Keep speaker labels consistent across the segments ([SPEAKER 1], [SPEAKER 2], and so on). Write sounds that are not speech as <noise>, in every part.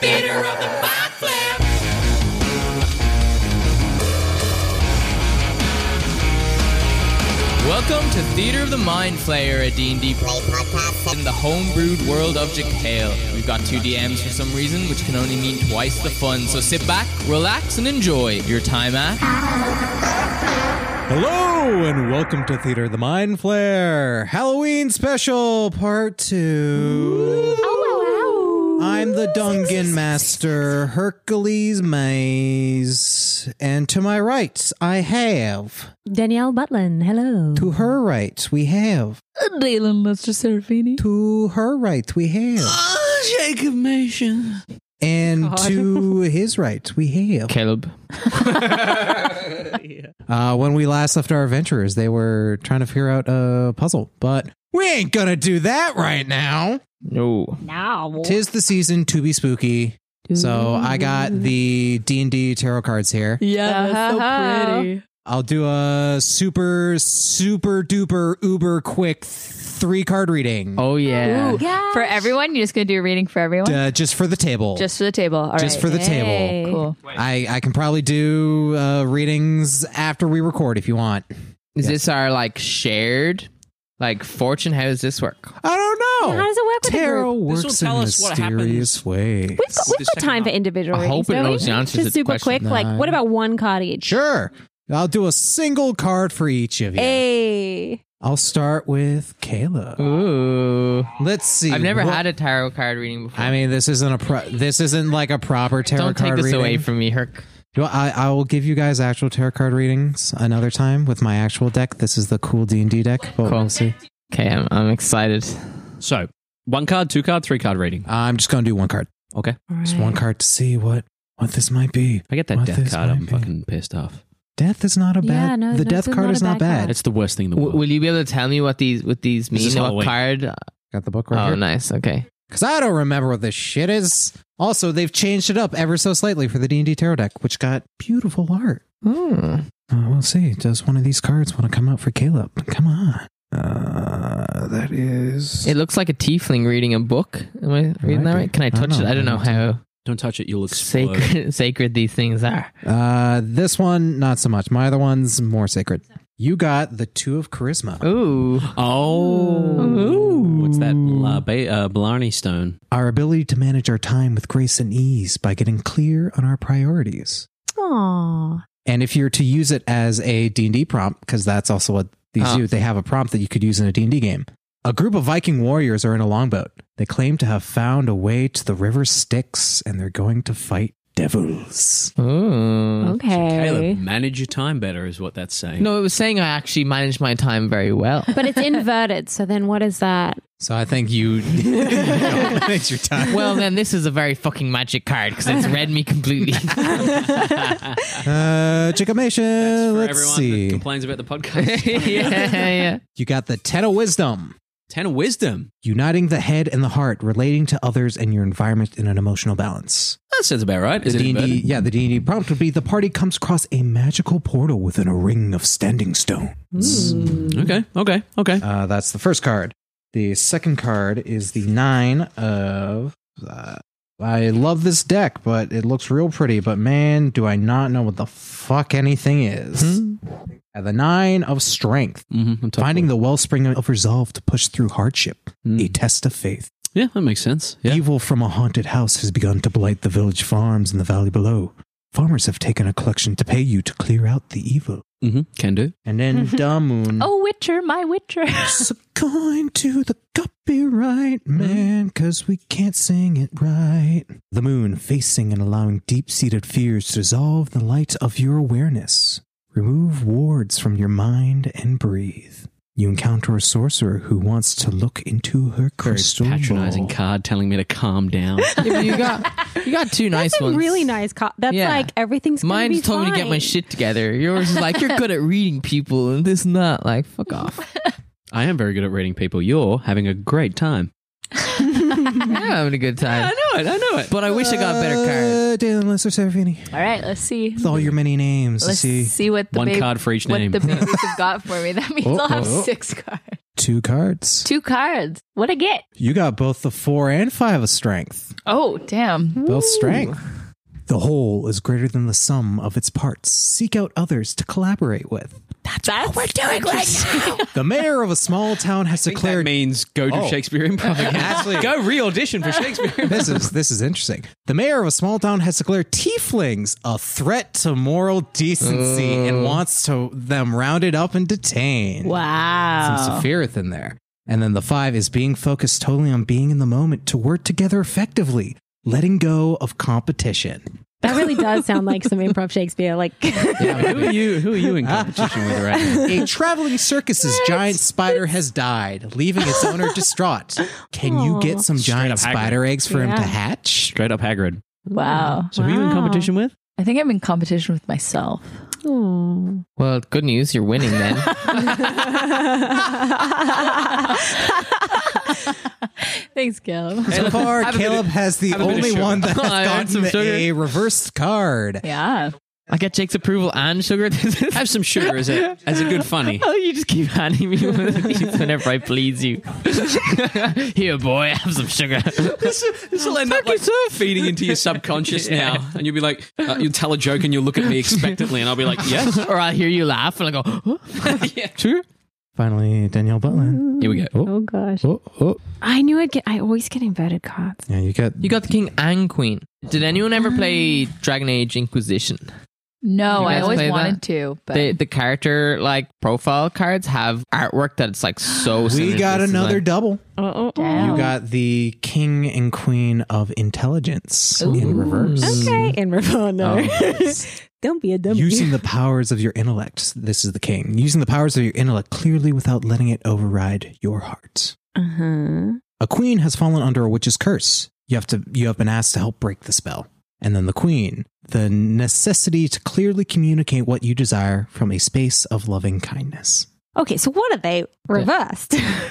[SPEAKER 1] Theater of the Mind Flip.
[SPEAKER 2] Welcome to Theater of the Mind Flayer, a D&D play podcast in the homebrewed world of Jekyll. We've got two DMs for some reason, which can only mean twice the fun. So sit back, relax, and enjoy your time at...
[SPEAKER 3] Hello and welcome to Theater of the Mind Flare Halloween Special Part 2. I'm the Dungeon Master Hercules Maze. And to my right, I have.
[SPEAKER 4] Danielle Butlin, hello.
[SPEAKER 3] To her right, we have.
[SPEAKER 4] Dalen Lester Serafini.
[SPEAKER 3] To her right, we have.
[SPEAKER 2] <gasps>
[SPEAKER 5] Jacob Mason.
[SPEAKER 3] And to his right, we have.
[SPEAKER 2] Caleb.
[SPEAKER 3] Uh, when we last left our adventurers, they were trying to figure out a puzzle, but we ain't gonna do that right now.
[SPEAKER 2] No.
[SPEAKER 4] Now.
[SPEAKER 3] Tis the season to be spooky. So I got the D and D tarot cards here.
[SPEAKER 5] Yeah, that's so
[SPEAKER 4] Uh-huh.
[SPEAKER 5] pretty.
[SPEAKER 3] I'll do a super, super duper uber quick th- three card reading
[SPEAKER 2] Oh, yeah.
[SPEAKER 4] Yeah.
[SPEAKER 5] For everyone, you're just gonna do a reading for everyone,
[SPEAKER 3] uh, just for the table.
[SPEAKER 5] just for the table. All
[SPEAKER 3] Just
[SPEAKER 5] right.
[SPEAKER 3] for the table.
[SPEAKER 5] cool.
[SPEAKER 3] <laughs> I I can probably do uh, readings after we record if you want.
[SPEAKER 2] Is this our, like, shared, like, fortune? How does this work?
[SPEAKER 3] I don't know.
[SPEAKER 4] How does it work with a
[SPEAKER 3] tarot
[SPEAKER 4] group?
[SPEAKER 3] works
[SPEAKER 6] This will tell
[SPEAKER 3] in
[SPEAKER 6] us what
[SPEAKER 3] mysterious ways.
[SPEAKER 4] We've got,
[SPEAKER 6] the
[SPEAKER 4] we've got
[SPEAKER 6] second
[SPEAKER 4] time for
[SPEAKER 6] round.
[SPEAKER 4] individual
[SPEAKER 2] I hope
[SPEAKER 4] readings,
[SPEAKER 2] it
[SPEAKER 4] don't
[SPEAKER 2] knows
[SPEAKER 4] we?
[SPEAKER 2] the answer to
[SPEAKER 4] Just
[SPEAKER 2] the
[SPEAKER 4] super
[SPEAKER 2] question.
[SPEAKER 4] quick. Like, what about one card each?
[SPEAKER 3] Sure. I'll do a single card for each of you.
[SPEAKER 4] Hey.
[SPEAKER 3] I'll start with Caleb.
[SPEAKER 2] Ooh.
[SPEAKER 3] Let's see.
[SPEAKER 2] I've never
[SPEAKER 3] what-
[SPEAKER 2] had a tarot card reading before.
[SPEAKER 3] I mean, this isn't a pro- this isn't like a proper tarot
[SPEAKER 2] Don't
[SPEAKER 3] card
[SPEAKER 2] take this
[SPEAKER 3] reading.
[SPEAKER 2] away from me, Herc.
[SPEAKER 3] Do I, I will give you guys actual tarot card readings another time with my actual deck. This is the cool D and D deck, but
[SPEAKER 2] Cool.
[SPEAKER 3] we'll see.
[SPEAKER 2] Okay, I'm, I'm excited.
[SPEAKER 6] So, one card, two card, three card reading.
[SPEAKER 3] I'm just gonna do one card,
[SPEAKER 6] Okay.
[SPEAKER 3] just one card to see what what this might be.
[SPEAKER 6] If I get that
[SPEAKER 3] What
[SPEAKER 6] death
[SPEAKER 3] this
[SPEAKER 6] card,
[SPEAKER 3] might
[SPEAKER 6] I'm
[SPEAKER 3] be.
[SPEAKER 6] fucking pissed off.
[SPEAKER 3] Death is not a bad.
[SPEAKER 4] Yeah, no,
[SPEAKER 3] the
[SPEAKER 4] no,
[SPEAKER 3] death
[SPEAKER 4] it's
[SPEAKER 3] card
[SPEAKER 4] not
[SPEAKER 3] is
[SPEAKER 4] a
[SPEAKER 3] not
[SPEAKER 4] bad card.
[SPEAKER 3] bad.
[SPEAKER 6] It's the worst thing in the
[SPEAKER 2] W-
[SPEAKER 6] world.
[SPEAKER 2] will you be able to tell me what these what these
[SPEAKER 6] This
[SPEAKER 2] mean?
[SPEAKER 6] is
[SPEAKER 2] What
[SPEAKER 6] Halloween.
[SPEAKER 2] card?
[SPEAKER 3] Got the book right
[SPEAKER 2] Oh,
[SPEAKER 3] here.
[SPEAKER 2] nice. Okay.
[SPEAKER 3] Because I don't remember what this shit is. Also, they've changed it up ever so slightly for the D and D tarot deck, which got beautiful art.
[SPEAKER 2] Hmm.
[SPEAKER 3] Uh, we'll see. Does one of these cards want to come out for Caleb? Come on. Uh, that is.
[SPEAKER 2] It looks like a tiefling reading a book. Am I reading
[SPEAKER 3] might
[SPEAKER 2] that
[SPEAKER 3] be.
[SPEAKER 2] right? Can I
[SPEAKER 3] I don't
[SPEAKER 2] touch it?
[SPEAKER 3] know.
[SPEAKER 2] I don't know how
[SPEAKER 6] Don't touch it, you'll explode.
[SPEAKER 2] sacred <laughs> sacred these things are.
[SPEAKER 3] Uh, this one, not so much. My other one's more sacred. You got the Two of Charisma.
[SPEAKER 2] Ooh.
[SPEAKER 6] Oh.
[SPEAKER 2] Ooh.
[SPEAKER 6] What's that? La ba- uh, Blarney Stone.
[SPEAKER 3] Our ability to manage our time with grace and ease by getting clear on our priorities.
[SPEAKER 4] Aww.
[SPEAKER 3] And if you're to use it as a D&D prompt, because that's also what these
[SPEAKER 2] Ah.
[SPEAKER 3] do, they have a prompt that you could use in a D&D game. A group of Viking warriors are in a longboat. They claim to have found a way to the river Styx, and they're going to fight devils.
[SPEAKER 2] Ooh.
[SPEAKER 6] Caleb, <laughs>
[SPEAKER 4] Okay.
[SPEAKER 6] manage your time better, is what that's saying.
[SPEAKER 2] No, it was saying I actually managed my time very well.
[SPEAKER 4] But it's inverted, so then what is that?
[SPEAKER 3] So I think you <laughs> it's your time.
[SPEAKER 2] well, then this is a very fucking magic card because it's read me <laughs> completely.
[SPEAKER 3] Uh,
[SPEAKER 6] That's
[SPEAKER 3] Chickamation.
[SPEAKER 6] for
[SPEAKER 3] Let's
[SPEAKER 6] everyone
[SPEAKER 3] see.
[SPEAKER 6] that complains about the podcast.
[SPEAKER 2] yeah, yeah.
[SPEAKER 3] you got the Ten of Wisdom,
[SPEAKER 6] Ten of wisdom.
[SPEAKER 3] uniting the head and the heart, relating to others and your environment in an emotional balance.
[SPEAKER 6] That sounds about right. Is
[SPEAKER 3] the
[SPEAKER 6] it
[SPEAKER 3] D&D,
[SPEAKER 6] inverted?
[SPEAKER 3] yeah, the D&D prompt would be: the party comes across a magical portal within a ring of standing stone.
[SPEAKER 6] Okay, okay, okay.
[SPEAKER 3] Uh, that's the first card. The second card is the Nine of. Uh, I love this deck, but it looks real pretty. But man, do I not know what the fuck anything is. Uh, The Nine of Strength.
[SPEAKER 6] Mm-hmm,
[SPEAKER 3] Finding the wellspring of Hmm. resolve to push through hardship, a test of faith.
[SPEAKER 6] Yeah, that makes sense. Yeah.
[SPEAKER 3] Evil from a haunted house has begun to blight the village farms in the valley below. Farmers have taken a collection to pay you to clear out the evil.
[SPEAKER 6] Mm-hmm. Can do.
[SPEAKER 3] And then Damun
[SPEAKER 4] Oh, Witcher, my Witcher.
[SPEAKER 3] Succumb to the copyright, man, cause we can't sing it right. The moon facing and allowing deep seated fears to dissolve the light of your awareness. Remove wards from your mind and breathe. You encounter a sorcerer who wants to look into her
[SPEAKER 6] Very
[SPEAKER 3] crystal
[SPEAKER 6] patronizing
[SPEAKER 3] ball.
[SPEAKER 6] card telling me to calm down.
[SPEAKER 2] Yeah, but you got you got two nice
[SPEAKER 4] <laughs> <laughs> That's a
[SPEAKER 2] ones.
[SPEAKER 4] really nice card. That's
[SPEAKER 2] Yeah.
[SPEAKER 4] like everything's gonna
[SPEAKER 2] Mine's
[SPEAKER 4] be
[SPEAKER 2] told me to get my
[SPEAKER 4] fine.
[SPEAKER 2] shit together. Yours is like you're good at reading people and this and that. Like fuck off.
[SPEAKER 4] <laughs>
[SPEAKER 6] I am very good at reading people. You're having a great time.
[SPEAKER 2] I'm having a good time.
[SPEAKER 6] know it. I know it.
[SPEAKER 2] But I wish I got a better card.
[SPEAKER 3] Uh, Dalen Lester Serafini.
[SPEAKER 5] <laughs> All right, let's see.
[SPEAKER 3] With all your many names,
[SPEAKER 5] Let's
[SPEAKER 3] you see.
[SPEAKER 5] see what the
[SPEAKER 6] One
[SPEAKER 5] babe-
[SPEAKER 6] card for each
[SPEAKER 5] what
[SPEAKER 6] name.
[SPEAKER 5] the babies have got for me. That means
[SPEAKER 3] Oh,
[SPEAKER 5] I'll have
[SPEAKER 3] oh, oh.
[SPEAKER 5] six cards.
[SPEAKER 3] Two cards.
[SPEAKER 5] Two cards. What I get?
[SPEAKER 3] You got both the four and five of strength.
[SPEAKER 5] Oh, damn.
[SPEAKER 3] Both strength. The whole is greater than the sum of its parts. Seek out others to collaborate with.
[SPEAKER 5] That's, what we're doing right now.
[SPEAKER 3] <laughs> The mayor of a small town has declared
[SPEAKER 6] means go to
[SPEAKER 3] Oh.
[SPEAKER 6] Shakespeare
[SPEAKER 3] <laughs>
[SPEAKER 6] improv again.
[SPEAKER 3] Actually-
[SPEAKER 6] go re-audition for Shakespeare.
[SPEAKER 3] this is this is interesting. The mayor of a small town has declared tieflings a threat to moral decency and wants to them rounded up and detained. Some
[SPEAKER 5] Wow.
[SPEAKER 3] Sephiroth in there. And then the five is being focused totally on being in the moment to work together effectively, letting go of competition.
[SPEAKER 4] That really does sound like some improv Shakespeare. Like, <laughs>
[SPEAKER 6] who are you? Who are you in competition with right now?
[SPEAKER 3] A traveling circus's giant spider has died, leaving its
[SPEAKER 6] <laughs>
[SPEAKER 3] owner distraught. Can you get some giant
[SPEAKER 6] up Hagrid.
[SPEAKER 3] spider eggs for him to
[SPEAKER 4] Yeah.
[SPEAKER 3] hatch?
[SPEAKER 6] Straight up Hagrid.
[SPEAKER 5] Wow.
[SPEAKER 6] So who are you in
[SPEAKER 4] Wow.
[SPEAKER 6] competition with?
[SPEAKER 5] I think I'm in competition with myself. <laughs>
[SPEAKER 4] oh.
[SPEAKER 2] Well, good news, you're winning then.
[SPEAKER 5] Thanks, Gil.
[SPEAKER 3] So far,
[SPEAKER 6] <laughs> have a bit
[SPEAKER 3] Caleb has the
[SPEAKER 6] have a bit of
[SPEAKER 3] only
[SPEAKER 6] sugar.
[SPEAKER 3] one
[SPEAKER 6] <laughs>
[SPEAKER 3] that
[SPEAKER 2] I want
[SPEAKER 3] has
[SPEAKER 2] some
[SPEAKER 3] gotten
[SPEAKER 2] sugar.
[SPEAKER 3] a reversed card.
[SPEAKER 5] Yeah.
[SPEAKER 2] I get Jake's approval and sugar. <laughs>
[SPEAKER 6] Have some sugar as a as a good funny.
[SPEAKER 2] oh, you just keep handing me <laughs> one of these whenever I please you. <laughs> Here, boy, have some sugar.
[SPEAKER 6] <laughs>
[SPEAKER 2] <laughs>
[SPEAKER 6] This will end up like feeding into your <laughs> subconscious now, and you'll be like, uh, you'll tell a joke, and you'll look at me expectantly, and I'll <laughs> be like, yes,
[SPEAKER 2] or I hear you laugh and I go, "Huh?"
[SPEAKER 6] yeah, true.
[SPEAKER 3] Finally, Danielle Butland.
[SPEAKER 6] Here we go. Oh,
[SPEAKER 4] Oh gosh.
[SPEAKER 3] Oh, oh.
[SPEAKER 4] I knew I'd get. I always get inverted cards.
[SPEAKER 3] Yeah, you got.
[SPEAKER 2] You got the king and queen. Did anyone ever play Dragon Age Inquisition?
[SPEAKER 5] No,
[SPEAKER 2] You
[SPEAKER 5] I
[SPEAKER 2] guys play
[SPEAKER 5] always
[SPEAKER 2] that?
[SPEAKER 5] wanted to, but
[SPEAKER 2] The the character like profile cards have artwork that's like
[SPEAKER 5] <gasps>
[SPEAKER 2] so.
[SPEAKER 3] we
[SPEAKER 2] similar
[SPEAKER 3] got
[SPEAKER 2] to this
[SPEAKER 3] another
[SPEAKER 2] design.
[SPEAKER 3] double.
[SPEAKER 4] Oh,
[SPEAKER 5] Damn.
[SPEAKER 3] You got the king and queen of intelligence in reverse.
[SPEAKER 4] Okay, in reverse. No,
[SPEAKER 3] Oh.
[SPEAKER 4] <laughs> don't be a dummy.
[SPEAKER 3] Using the powers of your intellect. This is the king. Using the powers of your intellect clearly without letting it override your heart.
[SPEAKER 4] uh-huh.
[SPEAKER 3] A queen has fallen under a witch's curse. You have to you have been asked to help break the spell. And then the queen, the necessity to clearly communicate what you desire from a space of loving kindness.
[SPEAKER 4] Okay, so what are they reversed?
[SPEAKER 3] I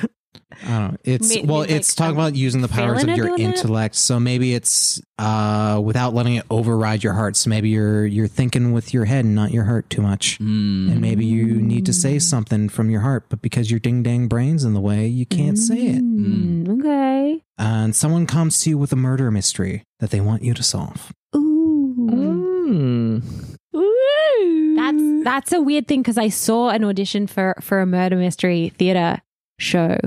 [SPEAKER 3] don't know. It's
[SPEAKER 4] May-
[SPEAKER 3] well,
[SPEAKER 4] mean, like,
[SPEAKER 3] it's talking
[SPEAKER 4] I'm
[SPEAKER 3] about using the powers
[SPEAKER 4] failing
[SPEAKER 3] of
[SPEAKER 4] at
[SPEAKER 3] your
[SPEAKER 4] doing that?
[SPEAKER 3] intellect. So maybe it's uh without letting it override your heart. So maybe you're you're thinking with your head and not your heart too much. And maybe you need to say something from your heart, but because your ding dang brain's in the way, you can't say it.
[SPEAKER 4] Mm, okay.
[SPEAKER 3] And someone comes to you with a murder mystery that they want you to solve.
[SPEAKER 4] Ooh.
[SPEAKER 2] Mm.
[SPEAKER 4] That's that's a weird thing because I saw an audition for for a murder mystery theater show,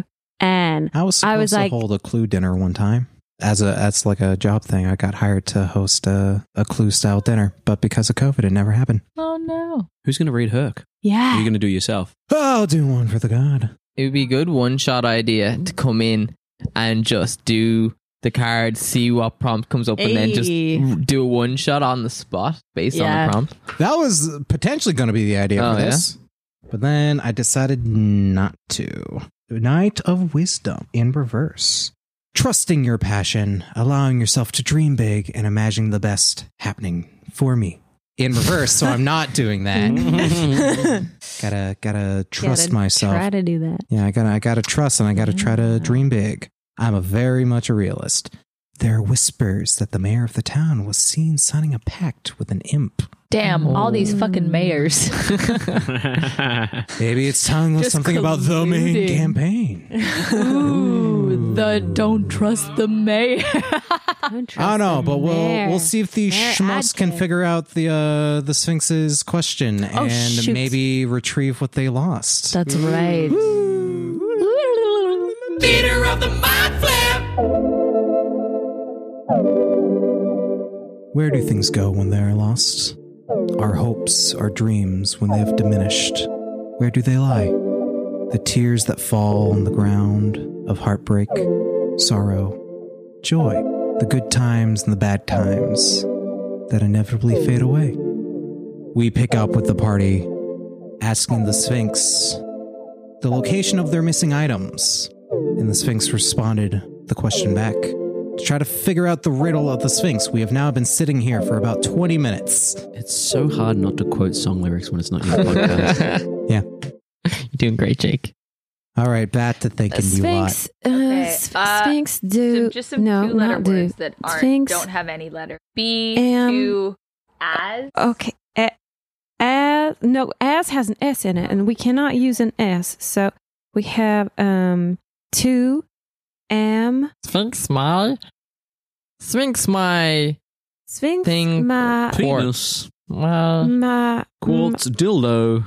[SPEAKER 4] and
[SPEAKER 3] I was supposed
[SPEAKER 4] I was
[SPEAKER 3] to
[SPEAKER 4] like-
[SPEAKER 3] hold a clue dinner one time. As a as like a job thing, I got hired to host a, a clue style dinner, but because of COVID, it never happened.
[SPEAKER 5] oh no.
[SPEAKER 6] Who's going to read Herc? What are you
[SPEAKER 4] yeah,
[SPEAKER 6] going to do yourself? <laughs>
[SPEAKER 3] I'll do one for the god.
[SPEAKER 2] It would be a good one shot idea to come in and just do the card, see what prompt comes up, and then
[SPEAKER 5] Hey.
[SPEAKER 2] just do a one shot on the spot based on
[SPEAKER 5] Yeah.
[SPEAKER 2] the
[SPEAKER 5] <laughs>
[SPEAKER 2] prompt.
[SPEAKER 3] That was potentially going to be the idea
[SPEAKER 2] Oh,
[SPEAKER 3] for
[SPEAKER 2] yeah?
[SPEAKER 3] this. But then I decided not to. Night of Wisdom in reverse. Trusting your passion, allowing yourself to dream big, and imagining the best happening for me. In reverse, so I'm not
[SPEAKER 2] <laughs>
[SPEAKER 3] doing that. gotta gotta trust
[SPEAKER 4] Gotta
[SPEAKER 3] myself.
[SPEAKER 4] Try to do that.
[SPEAKER 3] Yeah, I gotta I gotta trust and I gotta try to dream big. I'm a very much a realist. There are whispers that the mayor of the town was seen signing a pact with an imp.
[SPEAKER 5] Damn, all these fucking mayors.
[SPEAKER 3] Maybe it's telling us
[SPEAKER 5] Just
[SPEAKER 3] something about the main
[SPEAKER 5] colluding. <laughs>
[SPEAKER 3] campaign.
[SPEAKER 5] Ooh, the don't trust the mayor.
[SPEAKER 4] Don't trust
[SPEAKER 3] I don't know,
[SPEAKER 4] them
[SPEAKER 3] but we'll
[SPEAKER 4] there.
[SPEAKER 3] we'll see if the
[SPEAKER 4] Mayor
[SPEAKER 3] schmucks can
[SPEAKER 4] Adkins.
[SPEAKER 3] figure out the uh, the Sphinx's question and
[SPEAKER 5] Oh, shoot.
[SPEAKER 3] maybe retrieve what they lost.
[SPEAKER 5] That's right.
[SPEAKER 1] Theater of the Mind Flip.
[SPEAKER 3] Where do things go when they are lost? Our hopes, our dreams, when they have diminished, where do they lie? The tears that fall on the ground of heartbreak, sorrow, joy, the good times and the bad times that inevitably fade away. We pick up with the party, asking the Sphinx the location of their missing items. And the Sphinx responded the question back. To try to figure out the riddle of the Sphinx, we have now been sitting here for about 20 minutes.
[SPEAKER 6] it's so hard not to quote song lyrics when it's not <laughs>
[SPEAKER 5] Oh,
[SPEAKER 6] your podcast.
[SPEAKER 2] You're doing great, Jake.
[SPEAKER 3] All right, back to thinking you lot.
[SPEAKER 4] Sphinx, uh,
[SPEAKER 5] Okay,
[SPEAKER 4] Sph-
[SPEAKER 5] uh,
[SPEAKER 4] Sphinx, do
[SPEAKER 5] just some
[SPEAKER 4] no,
[SPEAKER 5] two-letter
[SPEAKER 4] not do.
[SPEAKER 5] words that aren't,
[SPEAKER 4] Sphinx.
[SPEAKER 5] don't have any letter. B
[SPEAKER 4] Am.
[SPEAKER 5] to as.
[SPEAKER 4] Okay, a- as no, as has an s in it, and we cannot use an s. So we have um two M
[SPEAKER 7] Sphinx my Sphinx my
[SPEAKER 4] Sphinx
[SPEAKER 7] Thing-
[SPEAKER 4] Ma
[SPEAKER 6] Penis.
[SPEAKER 5] Mm,
[SPEAKER 7] well
[SPEAKER 4] Ma
[SPEAKER 6] Quartz dildo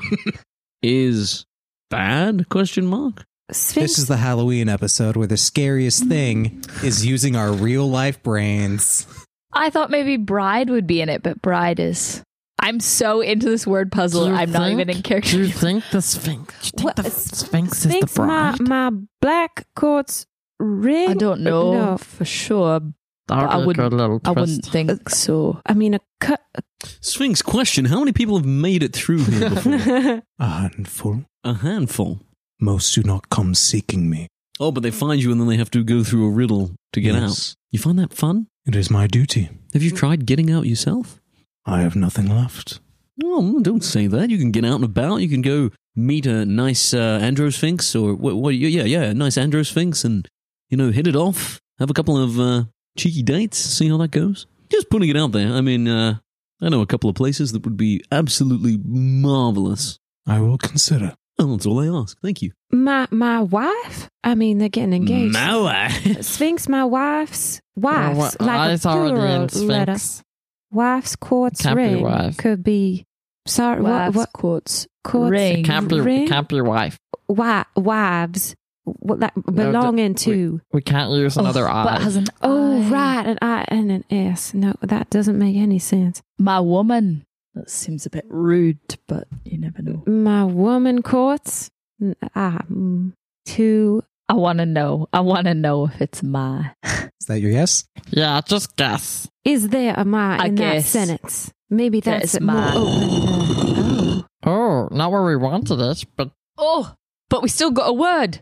[SPEAKER 6] is bad? Question mark.
[SPEAKER 4] Sphinx
[SPEAKER 3] This is the Halloween episode where the scariest thing is using our real life brains.
[SPEAKER 5] I thought maybe bride would be in it, but bride is. I'm so into this word puzzle.
[SPEAKER 7] Do you
[SPEAKER 5] I'm not even
[SPEAKER 7] think-
[SPEAKER 5] in character.
[SPEAKER 7] Do you think the Sphinx? Do you
[SPEAKER 4] What-
[SPEAKER 7] think the Sphinx is the
[SPEAKER 4] Sphinx Ma
[SPEAKER 7] bride?
[SPEAKER 4] Ma Black Quartz Ring.
[SPEAKER 5] I don't know
[SPEAKER 4] Uh, No.
[SPEAKER 5] for sure. I
[SPEAKER 7] That would
[SPEAKER 5] wouldn't-
[SPEAKER 7] go a little
[SPEAKER 5] I wouldn't
[SPEAKER 7] twist.
[SPEAKER 4] Uh,
[SPEAKER 5] think so.
[SPEAKER 4] I mean a cut. <laughs>
[SPEAKER 6] Sphinx question. How many people have made it through here <laughs> before?
[SPEAKER 3] A handful.
[SPEAKER 6] a handful.
[SPEAKER 3] Most do not come seeking me.
[SPEAKER 6] Oh, but they find you and then they have to go through a riddle to get out.
[SPEAKER 3] Yes.
[SPEAKER 6] You find that fun?
[SPEAKER 3] It is my duty.
[SPEAKER 6] Have you tried getting out yourself?
[SPEAKER 3] I have nothing left.
[SPEAKER 6] Oh, don't say that. You can get out and about. You can go meet a nice uh, androsphinx or what? what yeah, yeah, a nice androsphinx, and you know, hit it off. Have a couple of uh, cheeky dates. See how that goes. Just putting it out there. I mean, uh, I know a couple of places that would be absolutely marvelous.
[SPEAKER 3] I will consider.
[SPEAKER 6] Oh, that's all I ask. Thank you.
[SPEAKER 4] my my wife. I mean, they're getting engaged. Sphinx, my wife's
[SPEAKER 7] Well,
[SPEAKER 4] wife's
[SPEAKER 7] what-
[SPEAKER 4] like
[SPEAKER 7] it's
[SPEAKER 4] a
[SPEAKER 7] already
[SPEAKER 4] plural
[SPEAKER 7] in
[SPEAKER 4] letter.
[SPEAKER 7] Sphinx.
[SPEAKER 4] Wife's quartz
[SPEAKER 7] Can't be
[SPEAKER 4] ring
[SPEAKER 7] wife.
[SPEAKER 4] could be sorry. What,
[SPEAKER 5] Wives,
[SPEAKER 4] what
[SPEAKER 5] courts,
[SPEAKER 4] quartz
[SPEAKER 5] ring.
[SPEAKER 7] Can't be,
[SPEAKER 4] ring?
[SPEAKER 7] can't be wife.
[SPEAKER 4] wi- wives what, like, belonging to?
[SPEAKER 7] We can't use another
[SPEAKER 5] oh,
[SPEAKER 7] eye.
[SPEAKER 5] But has an
[SPEAKER 4] Oh
[SPEAKER 5] eye.
[SPEAKER 4] right, an I and an S. No, that doesn't make any sense.
[SPEAKER 5] My woman. That seems a bit rude, but you never know.
[SPEAKER 4] My woman quartz. N- Ah, mm, two.
[SPEAKER 5] I want to know. I want to know if it's my.
[SPEAKER 3] Is that your yes?
[SPEAKER 7] yeah, just guess.
[SPEAKER 4] Is there a my
[SPEAKER 5] I
[SPEAKER 4] in
[SPEAKER 5] guess.
[SPEAKER 4] that sentence? Maybe
[SPEAKER 5] That
[SPEAKER 4] that's
[SPEAKER 5] is
[SPEAKER 4] it more
[SPEAKER 5] my-
[SPEAKER 4] open than-
[SPEAKER 5] Oh.
[SPEAKER 7] Oh, not where we wanted it, but
[SPEAKER 5] Oh, but we still got a word.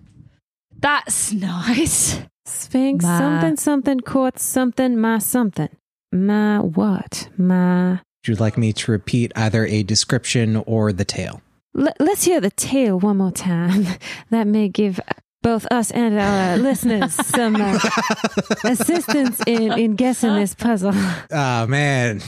[SPEAKER 5] That's nice.
[SPEAKER 4] Sphinx,
[SPEAKER 5] My-
[SPEAKER 4] something, something, quartz, something, my something. My what? My.
[SPEAKER 3] Would you like me to repeat either a description or the tale? <laughs>
[SPEAKER 4] L- let's hear the tale one more time. <laughs> That may give both us and our
[SPEAKER 5] <laughs>
[SPEAKER 4] listeners some uh, assistance in, in guessing this puzzle.
[SPEAKER 3] Oh man,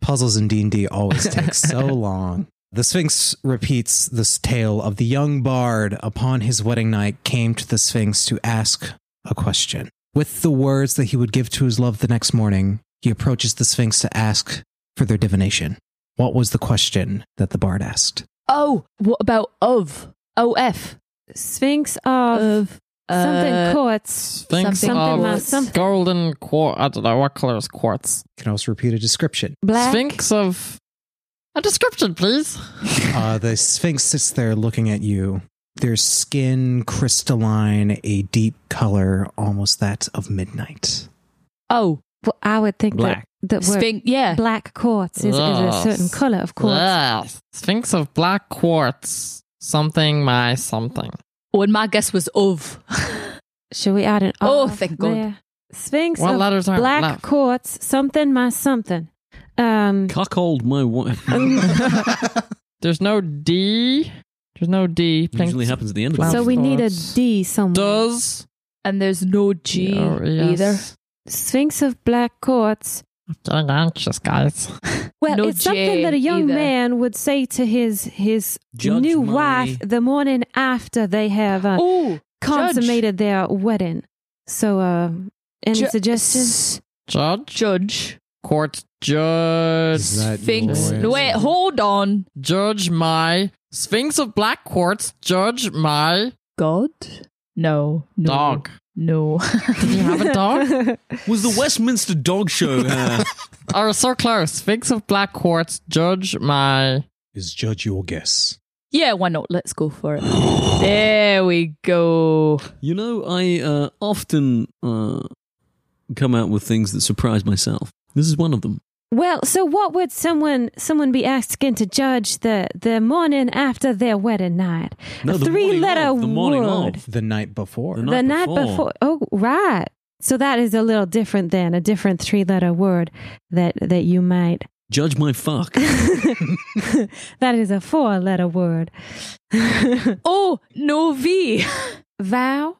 [SPEAKER 3] puzzles in D and D always take so long. The Sphinx repeats this tale of the young bard upon his wedding night came to the Sphinx to ask a question. With the words that he would give to his love the next morning, he approaches the Sphinx to ask for their divination. What was the question that the bard asked?
[SPEAKER 5] Oh, what about of? OF.
[SPEAKER 4] Sphinx of
[SPEAKER 5] Of.
[SPEAKER 4] something,
[SPEAKER 5] uh,
[SPEAKER 4] quartz.
[SPEAKER 7] Sphinx
[SPEAKER 5] Something
[SPEAKER 7] of
[SPEAKER 5] about
[SPEAKER 4] something.
[SPEAKER 7] golden quartz. I don't know what color is quartz.
[SPEAKER 3] You can also repeat a description.
[SPEAKER 4] Black.
[SPEAKER 7] Sphinx of a description, please. <laughs>
[SPEAKER 3] Uh, the Sphinx sits there looking at you. Their skin crystalline, a deep color, almost that of midnight.
[SPEAKER 5] Oh,
[SPEAKER 4] Well, I would think
[SPEAKER 7] Black.
[SPEAKER 4] that the word
[SPEAKER 5] Sphinx. Yeah.
[SPEAKER 4] black quartz is, is a
[SPEAKER 7] Yes.
[SPEAKER 4] certain color of quartz.
[SPEAKER 7] Yes. Sphinx of black quartz. Something my something.
[SPEAKER 5] Oh, and my guess was of. <laughs>
[SPEAKER 4] Should we add an
[SPEAKER 5] Oh,
[SPEAKER 4] of
[SPEAKER 5] thank God.
[SPEAKER 4] there? Sphinx
[SPEAKER 7] What
[SPEAKER 4] of
[SPEAKER 7] letters aren't
[SPEAKER 4] black
[SPEAKER 7] left?
[SPEAKER 4] quartz something my something um
[SPEAKER 6] Cuckold my wife.
[SPEAKER 7] There's no D. There's no D. Sphinx
[SPEAKER 6] Usually happens at the end of
[SPEAKER 7] Wow.
[SPEAKER 6] the
[SPEAKER 4] so
[SPEAKER 7] Of
[SPEAKER 4] we need a
[SPEAKER 7] course.
[SPEAKER 4] d somewhere
[SPEAKER 7] does
[SPEAKER 5] And there's no G
[SPEAKER 7] Oh,
[SPEAKER 5] either.
[SPEAKER 7] yes.
[SPEAKER 4] sphinx of black quartz
[SPEAKER 7] I'm getting anxious, guys.
[SPEAKER 4] well
[SPEAKER 5] No
[SPEAKER 4] it's something
[SPEAKER 5] J
[SPEAKER 4] that a young
[SPEAKER 5] either.
[SPEAKER 4] man would say to his his
[SPEAKER 6] Judge
[SPEAKER 4] new
[SPEAKER 6] my-
[SPEAKER 4] wife the morning after they have uh,
[SPEAKER 5] Oh,
[SPEAKER 4] consummated their wedding so uh any
[SPEAKER 5] Ju-
[SPEAKER 4] suggestions
[SPEAKER 5] s-
[SPEAKER 7] Judge,
[SPEAKER 5] Judge.
[SPEAKER 7] court, judge,
[SPEAKER 3] Is that
[SPEAKER 5] Sphinx.
[SPEAKER 3] yours?
[SPEAKER 5] No, wait, hold on.
[SPEAKER 7] judge my Sphinx of black quartz. Judge my
[SPEAKER 5] God? No. no
[SPEAKER 7] dog.
[SPEAKER 5] No. <laughs>
[SPEAKER 7] Did you have a dog?
[SPEAKER 6] Was the Westminster Dog Show? Uh,
[SPEAKER 7] oh, so close. Sphinx of black quartz. Judge my.
[SPEAKER 3] Is judge your guess?
[SPEAKER 5] yeah, why not? Let's go for it. There we go.
[SPEAKER 6] you know, I uh, often uh, come out with things that surprise myself. This is one of them.
[SPEAKER 4] well so what would someone someone be asking to judge the the morning after their wedding night
[SPEAKER 6] No,
[SPEAKER 4] a
[SPEAKER 6] the
[SPEAKER 4] three
[SPEAKER 6] morning
[SPEAKER 4] letter
[SPEAKER 6] of, the morning
[SPEAKER 4] word
[SPEAKER 6] of.
[SPEAKER 3] The night before.
[SPEAKER 6] The
[SPEAKER 4] the night
[SPEAKER 6] night
[SPEAKER 4] before. Oh, right. So that is a little different then, a different three-letter word that that you might.
[SPEAKER 6] Judge my
[SPEAKER 4] <laughs>
[SPEAKER 6] fuck.
[SPEAKER 4] that is a four-letter word.
[SPEAKER 5] Oh, no V.
[SPEAKER 4] Vow.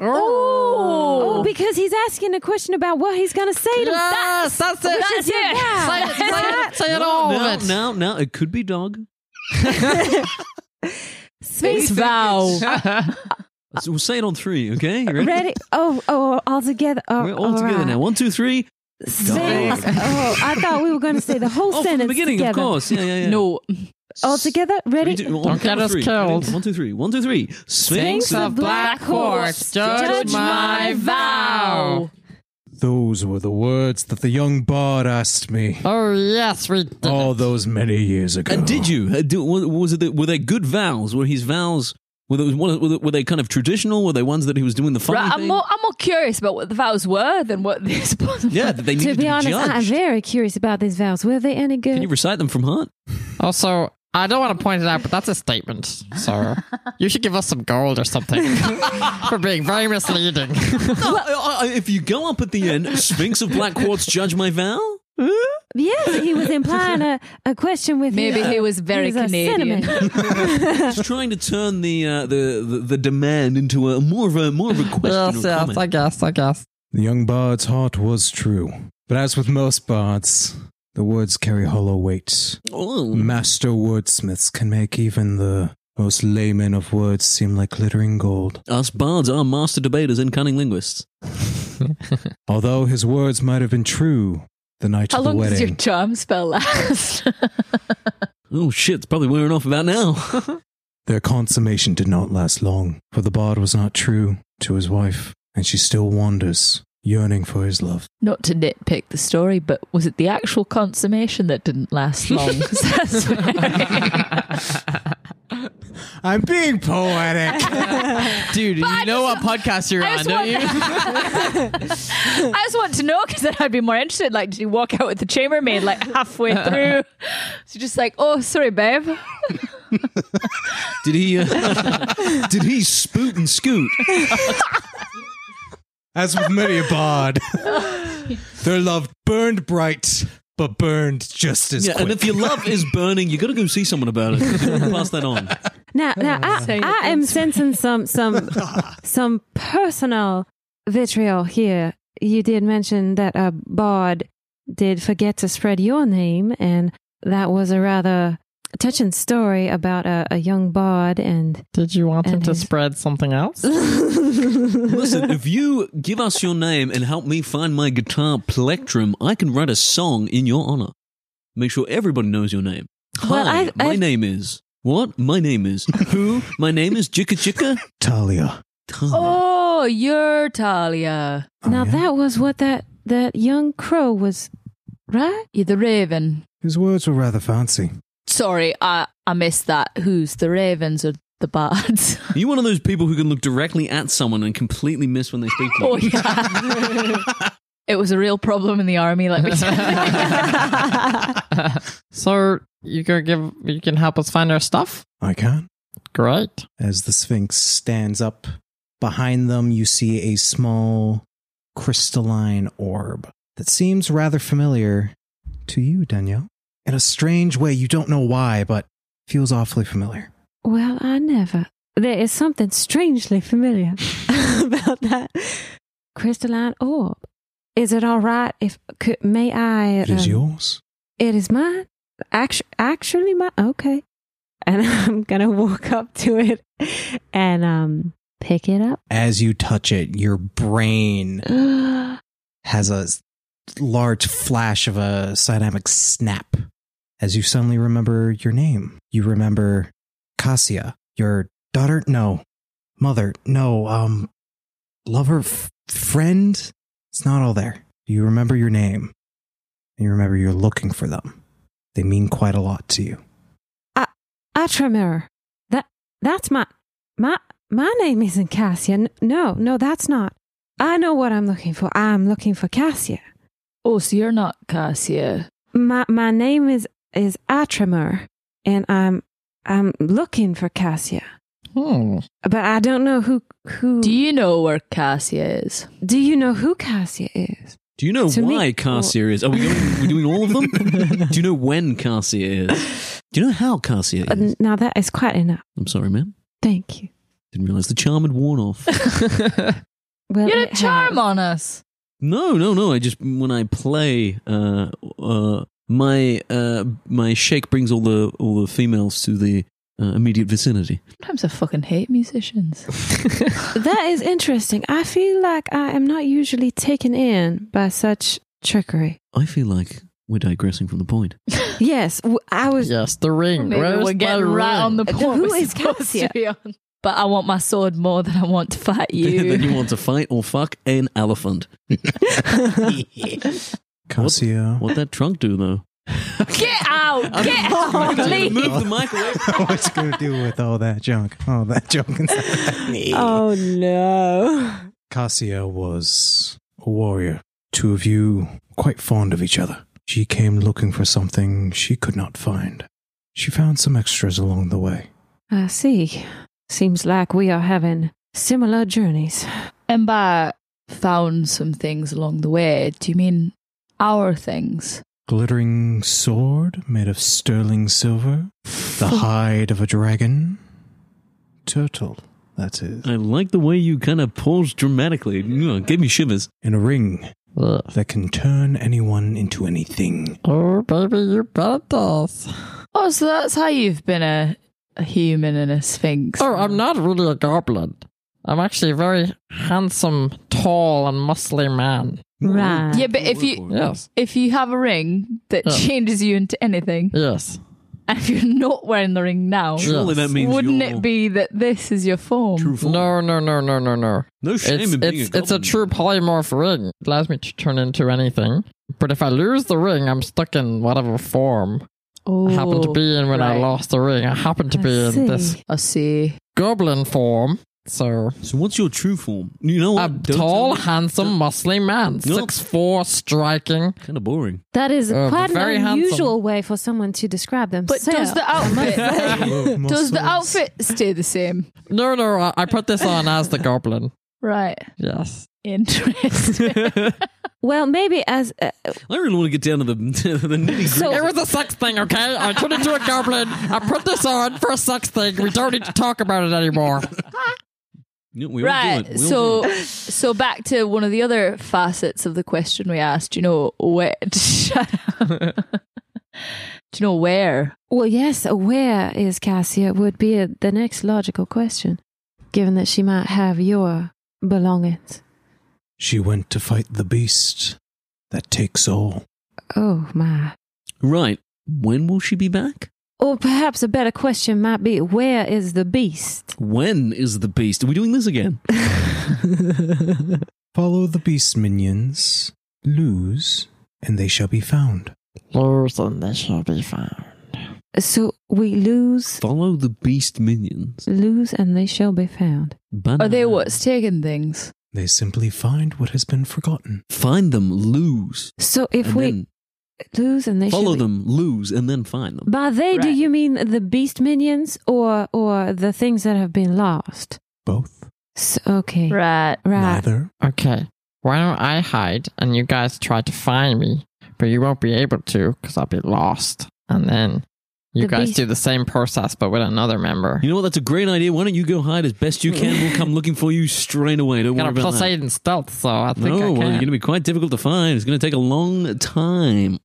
[SPEAKER 5] Oh,
[SPEAKER 4] Oh, because he's asking a question about what he's going to say to
[SPEAKER 7] Yes, that's it.
[SPEAKER 5] That's
[SPEAKER 4] That's your
[SPEAKER 5] it.
[SPEAKER 4] vow.
[SPEAKER 7] Say it, <laughs> say it, say it all
[SPEAKER 6] no,
[SPEAKER 7] of it.
[SPEAKER 6] no, no, it could be dog.
[SPEAKER 4] Space vow.
[SPEAKER 7] Oh,
[SPEAKER 6] So we'll say it on three, okay? You ready?
[SPEAKER 4] Ready? Oh, oh, all together. Oh,
[SPEAKER 6] We're all together
[SPEAKER 4] right.
[SPEAKER 6] now. One, two, three.
[SPEAKER 4] Space. Oh, I thought we were going to say
[SPEAKER 6] <laughs>
[SPEAKER 4] the whole
[SPEAKER 6] Oh, from
[SPEAKER 4] sentence
[SPEAKER 6] the beginning,
[SPEAKER 4] together.
[SPEAKER 6] of course. Yeah, yeah, yeah.
[SPEAKER 5] No.
[SPEAKER 4] All together. Ready?
[SPEAKER 6] Three, two, one,
[SPEAKER 7] Don't get
[SPEAKER 6] count of
[SPEAKER 7] us
[SPEAKER 6] three.
[SPEAKER 7] killed.
[SPEAKER 6] One, two, three. One, two, three. Sphinx.
[SPEAKER 4] Sphinx of black horse, judge my vow.
[SPEAKER 3] Those were the words that the young bard asked me
[SPEAKER 7] Oh yes, we did.
[SPEAKER 3] all
[SPEAKER 7] Oh,
[SPEAKER 3] those many years ago.
[SPEAKER 6] And did you? uh, do- wa- was it? that- Were they good vows? Were his vows? Were they, were they- were they kind of traditional? Were they ones that he was doing the funny
[SPEAKER 5] Right, I'm
[SPEAKER 6] thing?
[SPEAKER 5] more, I'm more curious about what the vows were than what this <laughs> was.
[SPEAKER 6] yeah, that they needed
[SPEAKER 4] to be honest, I'm
[SPEAKER 6] judged.
[SPEAKER 4] very curious about these vows. Were they any good?
[SPEAKER 6] Can you recite them from heart?
[SPEAKER 7] also, I don't want to point it out, but that's a statement, sir. you should give us some gold or
[SPEAKER 5] <laughs>
[SPEAKER 7] something for being very misleading.
[SPEAKER 6] No, I- I- if you go up at the end, Sphinx of Black Quartz, judge my vow.
[SPEAKER 4] yes, he
[SPEAKER 6] <laughs>
[SPEAKER 4] was implying a, a question with
[SPEAKER 5] Maybe
[SPEAKER 4] his,
[SPEAKER 5] he was very
[SPEAKER 4] his, uh,
[SPEAKER 5] Canadian.
[SPEAKER 4] sentiment.
[SPEAKER 6] Just trying to turn the, uh, the the the demand into a more of a more of a question.
[SPEAKER 7] yes,
[SPEAKER 6] or
[SPEAKER 7] yes,
[SPEAKER 6] comment.
[SPEAKER 7] I guess, I guess.
[SPEAKER 3] The young bard's heart was true. But as with most bards, the words carry hollow weight.
[SPEAKER 6] Oh.
[SPEAKER 3] Master wordsmiths can make even the most layman of words seem like glittering gold.
[SPEAKER 6] Us bards are master debaters and cunning linguists.
[SPEAKER 3] Although his words might have been true the night
[SPEAKER 5] How
[SPEAKER 3] of the
[SPEAKER 5] long does your
[SPEAKER 3] wedding.
[SPEAKER 5] charm spell last? <laughs>
[SPEAKER 6] Oh shit, it's probably wearing off about now. <laughs>
[SPEAKER 3] Their consummation did not last long, for the bard was not true to his wife, and she still wanders, yearning for his love.
[SPEAKER 5] Not to nitpick the story, but was it the actual consummation that didn't last long? <laughs> That's
[SPEAKER 3] I'm being
[SPEAKER 6] <laughs>
[SPEAKER 3] poetic.
[SPEAKER 2] Dude, you
[SPEAKER 5] I
[SPEAKER 2] know what
[SPEAKER 5] just-
[SPEAKER 2] podcast you're
[SPEAKER 5] I
[SPEAKER 2] on,
[SPEAKER 5] just
[SPEAKER 2] don't you?
[SPEAKER 5] <laughs> I just want to know because then I'd be more interested. Like, did he walk out with the chambermaid like halfway through? So just like, oh, sorry, babe.
[SPEAKER 6] did he? Uh, did he spoot and scoot?
[SPEAKER 3] As with many a
[SPEAKER 6] <laughs>
[SPEAKER 3] bard, their love burned bright, but burned just as
[SPEAKER 6] yeah, and if your love is burning, you got to go see someone about it. Pass that on.
[SPEAKER 4] now, now I,
[SPEAKER 5] Say that
[SPEAKER 4] I am sensing
[SPEAKER 3] <laughs>
[SPEAKER 4] some some some personal vitriol here. You did mention that a bard did forget to spread your name, and that was a rather touching story about a, a young bard and
[SPEAKER 7] Did you want him
[SPEAKER 4] And
[SPEAKER 7] to
[SPEAKER 4] his-
[SPEAKER 7] spread something else?
[SPEAKER 4] <laughs>
[SPEAKER 6] Listen, if you give us your name and help me find my guitar plectrum, I can write a song in your honor. Make sure everybody knows your name. Hi,
[SPEAKER 4] Well, I've-
[SPEAKER 6] my
[SPEAKER 4] I've-
[SPEAKER 6] name is what? My name
[SPEAKER 4] <laughs>
[SPEAKER 6] is who? My name is Jicka Jicka.
[SPEAKER 3] Talia.
[SPEAKER 6] Tom.
[SPEAKER 5] Oh, you're Talia.
[SPEAKER 3] Oh,
[SPEAKER 4] now that was what that that young crow was, right?
[SPEAKER 5] You're the raven.
[SPEAKER 3] his words were rather fancy.
[SPEAKER 5] Sorry, I I missed that. Who's the ravens or the bards? <laughs>
[SPEAKER 6] Are you one of those people who can look directly at someone and completely miss when they speak to you?
[SPEAKER 5] Oh yeah. it was a real problem in the army, let me tell you.
[SPEAKER 7] so you can give, you can help us find our stuff.
[SPEAKER 3] I can.
[SPEAKER 7] Great.
[SPEAKER 3] As the Sphinx stands up, behind them you see a small crystalline orb that seems rather familiar to you, Danielle. In a strange way, you don't know why, but feels awfully familiar.
[SPEAKER 4] Well, I never. There is something strangely familiar <laughs> about that crystalline orb. Is it all right if could, may I?
[SPEAKER 3] It is
[SPEAKER 4] um,
[SPEAKER 3] yours.
[SPEAKER 4] It is mine. Actu- actually, my okay. And <laughs> I'm gonna walk up to it and um pick it up. <gasps>
[SPEAKER 3] As you touch it, your brain has a s- large flash of a dynamic snap as you suddenly remember your name. You remember Cassia, your daughter? No. Mother? No. Um, lover? F- friend? It's not all there. You remember your name and you remember you're looking for them. They mean quite a lot to you.
[SPEAKER 4] Atramir. That that's my my my name isn't Cassia. N- no, no, that's not. I know what I'm looking for. I'm looking for Cassia.
[SPEAKER 5] oh, so you're not Cassia.
[SPEAKER 4] my my name is is Atramer, and I'm I'm looking for Cassia,
[SPEAKER 7] Hmm.
[SPEAKER 4] but I don't know who who.
[SPEAKER 5] Do you know where Cassia is?
[SPEAKER 4] do you know who Cassia is?
[SPEAKER 6] Do you know
[SPEAKER 4] To me- oh.
[SPEAKER 6] why Cassia is? Are we, going, we doing all of them? Do you know when
[SPEAKER 4] <laughs>
[SPEAKER 6] Cassia is? Do you know how Cassia
[SPEAKER 4] Uh,
[SPEAKER 6] is?
[SPEAKER 4] now that is quite enough.
[SPEAKER 6] I'm sorry, ma'am.
[SPEAKER 4] Thank you.
[SPEAKER 6] Didn't realize the charm had worn off.
[SPEAKER 4] Well,
[SPEAKER 5] You're a
[SPEAKER 4] it has-
[SPEAKER 5] charm on us.
[SPEAKER 6] no, no, no. I just when I play, uh, uh, my uh, my shake brings all the all the females to the uh, immediate vicinity.
[SPEAKER 5] Sometimes I fucking hate musicians.
[SPEAKER 4] <laughs> That is interesting. I feel like I am not usually taken in by such trickery.
[SPEAKER 6] I feel like we're digressing from the point. <laughs>
[SPEAKER 4] Yes, w- I was.
[SPEAKER 8] Yes, the ring.
[SPEAKER 5] Maybe
[SPEAKER 8] Where's
[SPEAKER 5] we're getting
[SPEAKER 8] my
[SPEAKER 5] right
[SPEAKER 8] ring?
[SPEAKER 5] <laughs> on the point.
[SPEAKER 4] Who
[SPEAKER 5] we're
[SPEAKER 4] is
[SPEAKER 5] supposed to
[SPEAKER 4] Cassia?
[SPEAKER 5] be on. But I want my sword more than I want to fight
[SPEAKER 6] then
[SPEAKER 5] you.
[SPEAKER 6] you want to fight or fuck an elephant.
[SPEAKER 3] Casio.
[SPEAKER 6] What that trunk
[SPEAKER 5] <laughs>
[SPEAKER 6] do though?
[SPEAKER 5] <laughs> Get out! Get out! Leave!
[SPEAKER 6] Move the mic away.
[SPEAKER 3] <laughs> What's going to do with all that junk? All that junk inside
[SPEAKER 5] <laughs>
[SPEAKER 3] me.
[SPEAKER 4] Oh no!
[SPEAKER 3] Cassia was a warrior. Two of you quite fond of each other. She came looking for something she could not find. She found some extras along the way.
[SPEAKER 4] I uh, see. Seems like we are having similar journeys.
[SPEAKER 5] And by found some things along the way, do you mean our things?
[SPEAKER 3] Glittering sword made of sterling silver, the hide of a dragon, turtle, that is,
[SPEAKER 6] I like the way you kind of paused dramatically. Ugh, Gave me shivers.
[SPEAKER 3] and a ring
[SPEAKER 7] Uh,
[SPEAKER 8] Ugh.
[SPEAKER 3] that can turn anyone into anything.
[SPEAKER 8] Oh, baby, you bet
[SPEAKER 5] <laughs>
[SPEAKER 8] us.
[SPEAKER 5] Oh, so that's how you've been a, a human and a sphinx.
[SPEAKER 8] Oh, I'm not really a goblin. I'm actually a very handsome, tall, and muscly man.
[SPEAKER 4] Right.
[SPEAKER 5] Yeah, but if you
[SPEAKER 8] Yes.
[SPEAKER 5] if you have a ring that
[SPEAKER 8] Yeah.
[SPEAKER 5] changes you into
[SPEAKER 8] <laughs>
[SPEAKER 5] anything,
[SPEAKER 8] Yes.
[SPEAKER 5] and if you're not wearing the ring now,
[SPEAKER 6] surely that means
[SPEAKER 5] wouldn't
[SPEAKER 6] you're
[SPEAKER 5] it be that this is your form?
[SPEAKER 6] true form.
[SPEAKER 8] No, no, no, no, no, no.
[SPEAKER 6] no shame
[SPEAKER 8] It's
[SPEAKER 6] in being
[SPEAKER 8] it's,
[SPEAKER 6] a
[SPEAKER 8] it's a
[SPEAKER 6] goblin.
[SPEAKER 8] true polymorph ring. It allows me to turn into anything. But if I lose the ring, I'm stuck in whatever form
[SPEAKER 5] Oh,
[SPEAKER 8] I happened to be in when I
[SPEAKER 5] right.
[SPEAKER 8] lost the ring. I happened to
[SPEAKER 4] I
[SPEAKER 8] be in this
[SPEAKER 4] see.
[SPEAKER 5] I see.
[SPEAKER 8] goblin form. So
[SPEAKER 6] So what's your true form? You know what?
[SPEAKER 8] a
[SPEAKER 6] Don't
[SPEAKER 8] tall,
[SPEAKER 6] tell me.
[SPEAKER 8] handsome, muscly man,
[SPEAKER 6] No.
[SPEAKER 8] six four, striking.
[SPEAKER 6] Kind of boring.
[SPEAKER 4] That is
[SPEAKER 8] Uh,
[SPEAKER 4] quite an
[SPEAKER 8] very handsome.
[SPEAKER 4] unusual way for someone to describe
[SPEAKER 5] But
[SPEAKER 4] themselves.
[SPEAKER 5] does the <laughs> outfit does the outfit stay the same?
[SPEAKER 8] No, no, I, I put this on as the goblin.
[SPEAKER 5] Right.
[SPEAKER 8] Yes.
[SPEAKER 6] <laughs>
[SPEAKER 5] Interesting.
[SPEAKER 4] well, maybe as uh,
[SPEAKER 6] I really want to get down to the <laughs> the nitty gritty.
[SPEAKER 4] So-
[SPEAKER 8] It was a sex thing, okay? I turned into a goblin. I put this on for a sex thing. We don't need to talk about it anymore.
[SPEAKER 6] No, we all do it. We
[SPEAKER 5] right.
[SPEAKER 6] all
[SPEAKER 5] So
[SPEAKER 6] do it.
[SPEAKER 5] so back to one of the other facets of the question we asked, you know, where <laughs> shut up. Do you know where?
[SPEAKER 4] well, yes. Where is Cassia? Would be the next logical question, given that she might have your belongings.
[SPEAKER 3] She went to fight the beast that takes all.
[SPEAKER 4] Oh my.
[SPEAKER 6] right. When will she be back?
[SPEAKER 4] Or perhaps a better question might be, where is the beast?
[SPEAKER 6] When is the beast? Are we doing this again?
[SPEAKER 3] Follow the beast minions, lose, and they shall be found.
[SPEAKER 8] Lose and they shall be found.
[SPEAKER 4] So we lose,
[SPEAKER 6] Follow the beast minions.
[SPEAKER 4] lose, and they shall be found.
[SPEAKER 6] Banana.
[SPEAKER 5] Are they what's taking things?
[SPEAKER 3] They simply find what has been forgotten.
[SPEAKER 6] Find them, lose,
[SPEAKER 4] So if
[SPEAKER 6] and
[SPEAKER 4] we
[SPEAKER 6] then
[SPEAKER 4] lose and they
[SPEAKER 6] follow
[SPEAKER 4] shall be-
[SPEAKER 6] them, lose, and then find them.
[SPEAKER 4] By they, do
[SPEAKER 5] Right.
[SPEAKER 4] you mean the beast minions or or the things that have been lost?
[SPEAKER 3] Both.
[SPEAKER 4] S okay, right.
[SPEAKER 5] Right.
[SPEAKER 3] Neither.
[SPEAKER 8] Okay. Why don't I hide and you guys try to find me? But you won't be able to because I'll be lost. And then you
[SPEAKER 4] The
[SPEAKER 8] guys
[SPEAKER 4] beast-
[SPEAKER 8] do the same process but with another member.
[SPEAKER 6] You know what? That's a great idea. Why don't you go hide as best you can? We'll come looking for you straight away. Don't
[SPEAKER 8] got
[SPEAKER 6] worry
[SPEAKER 8] a
[SPEAKER 6] about
[SPEAKER 8] plus
[SPEAKER 6] that.
[SPEAKER 8] eight in stealth, so I think
[SPEAKER 6] no,
[SPEAKER 8] I
[SPEAKER 6] well,
[SPEAKER 8] can.
[SPEAKER 6] you're going to be quite difficult to find. It's going to take a long time.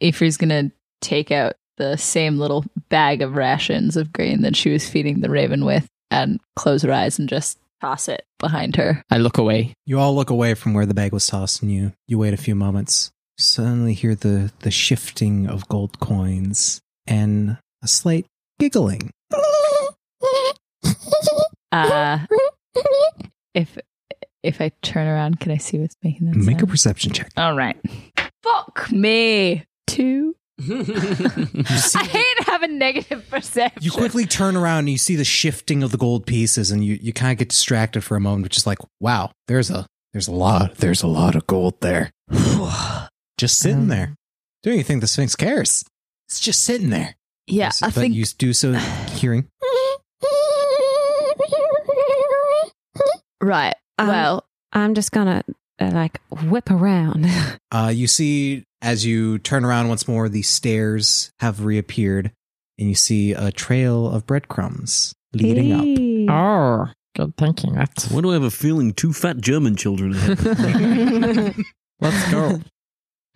[SPEAKER 5] if he's gonna take out the same little bag of rations of grain that she was feeding the raven with and close her eyes and just toss it behind her.
[SPEAKER 8] I look away.
[SPEAKER 3] You all look away from where the bag was tossed and you, you wait a few moments. Suddenly hear the, the shifting of gold coins and a slight
[SPEAKER 5] <laughs>
[SPEAKER 3] giggling.
[SPEAKER 5] <laughs> Uh, if if I turn around, can I see what's making that
[SPEAKER 3] Make a
[SPEAKER 5] sound?
[SPEAKER 3] perception
[SPEAKER 5] <laughs>
[SPEAKER 3] check.
[SPEAKER 5] All right. Fuck me.
[SPEAKER 3] <laughs>
[SPEAKER 5] Two. I hate having negative perception.
[SPEAKER 3] You quickly turn around and you see the shifting of the gold pieces and you, you kind of get distracted for a moment, which is like, wow, there's a there's a lot there's a lot of gold there.
[SPEAKER 5] <sighs>
[SPEAKER 3] just
[SPEAKER 5] Um,
[SPEAKER 3] sitting there. Don't you think the Sphinx cares? It's just sitting there.
[SPEAKER 5] Yeah,
[SPEAKER 3] Yes,
[SPEAKER 5] I
[SPEAKER 3] but
[SPEAKER 5] think
[SPEAKER 3] you do
[SPEAKER 5] <sighs>
[SPEAKER 3] so hearing.
[SPEAKER 5] right.
[SPEAKER 4] Um,
[SPEAKER 5] well,
[SPEAKER 4] I'm just gonna uh, like whip around. <laughs>
[SPEAKER 3] Uh, you see as you turn around once more, the stairs have reappeared, and you see a trail of breadcrumbs leading up.
[SPEAKER 4] up.
[SPEAKER 8] Oh, good thinking. That's
[SPEAKER 6] Why do I have a feeling two fat German children ahead?
[SPEAKER 8] <laughs> Let's go.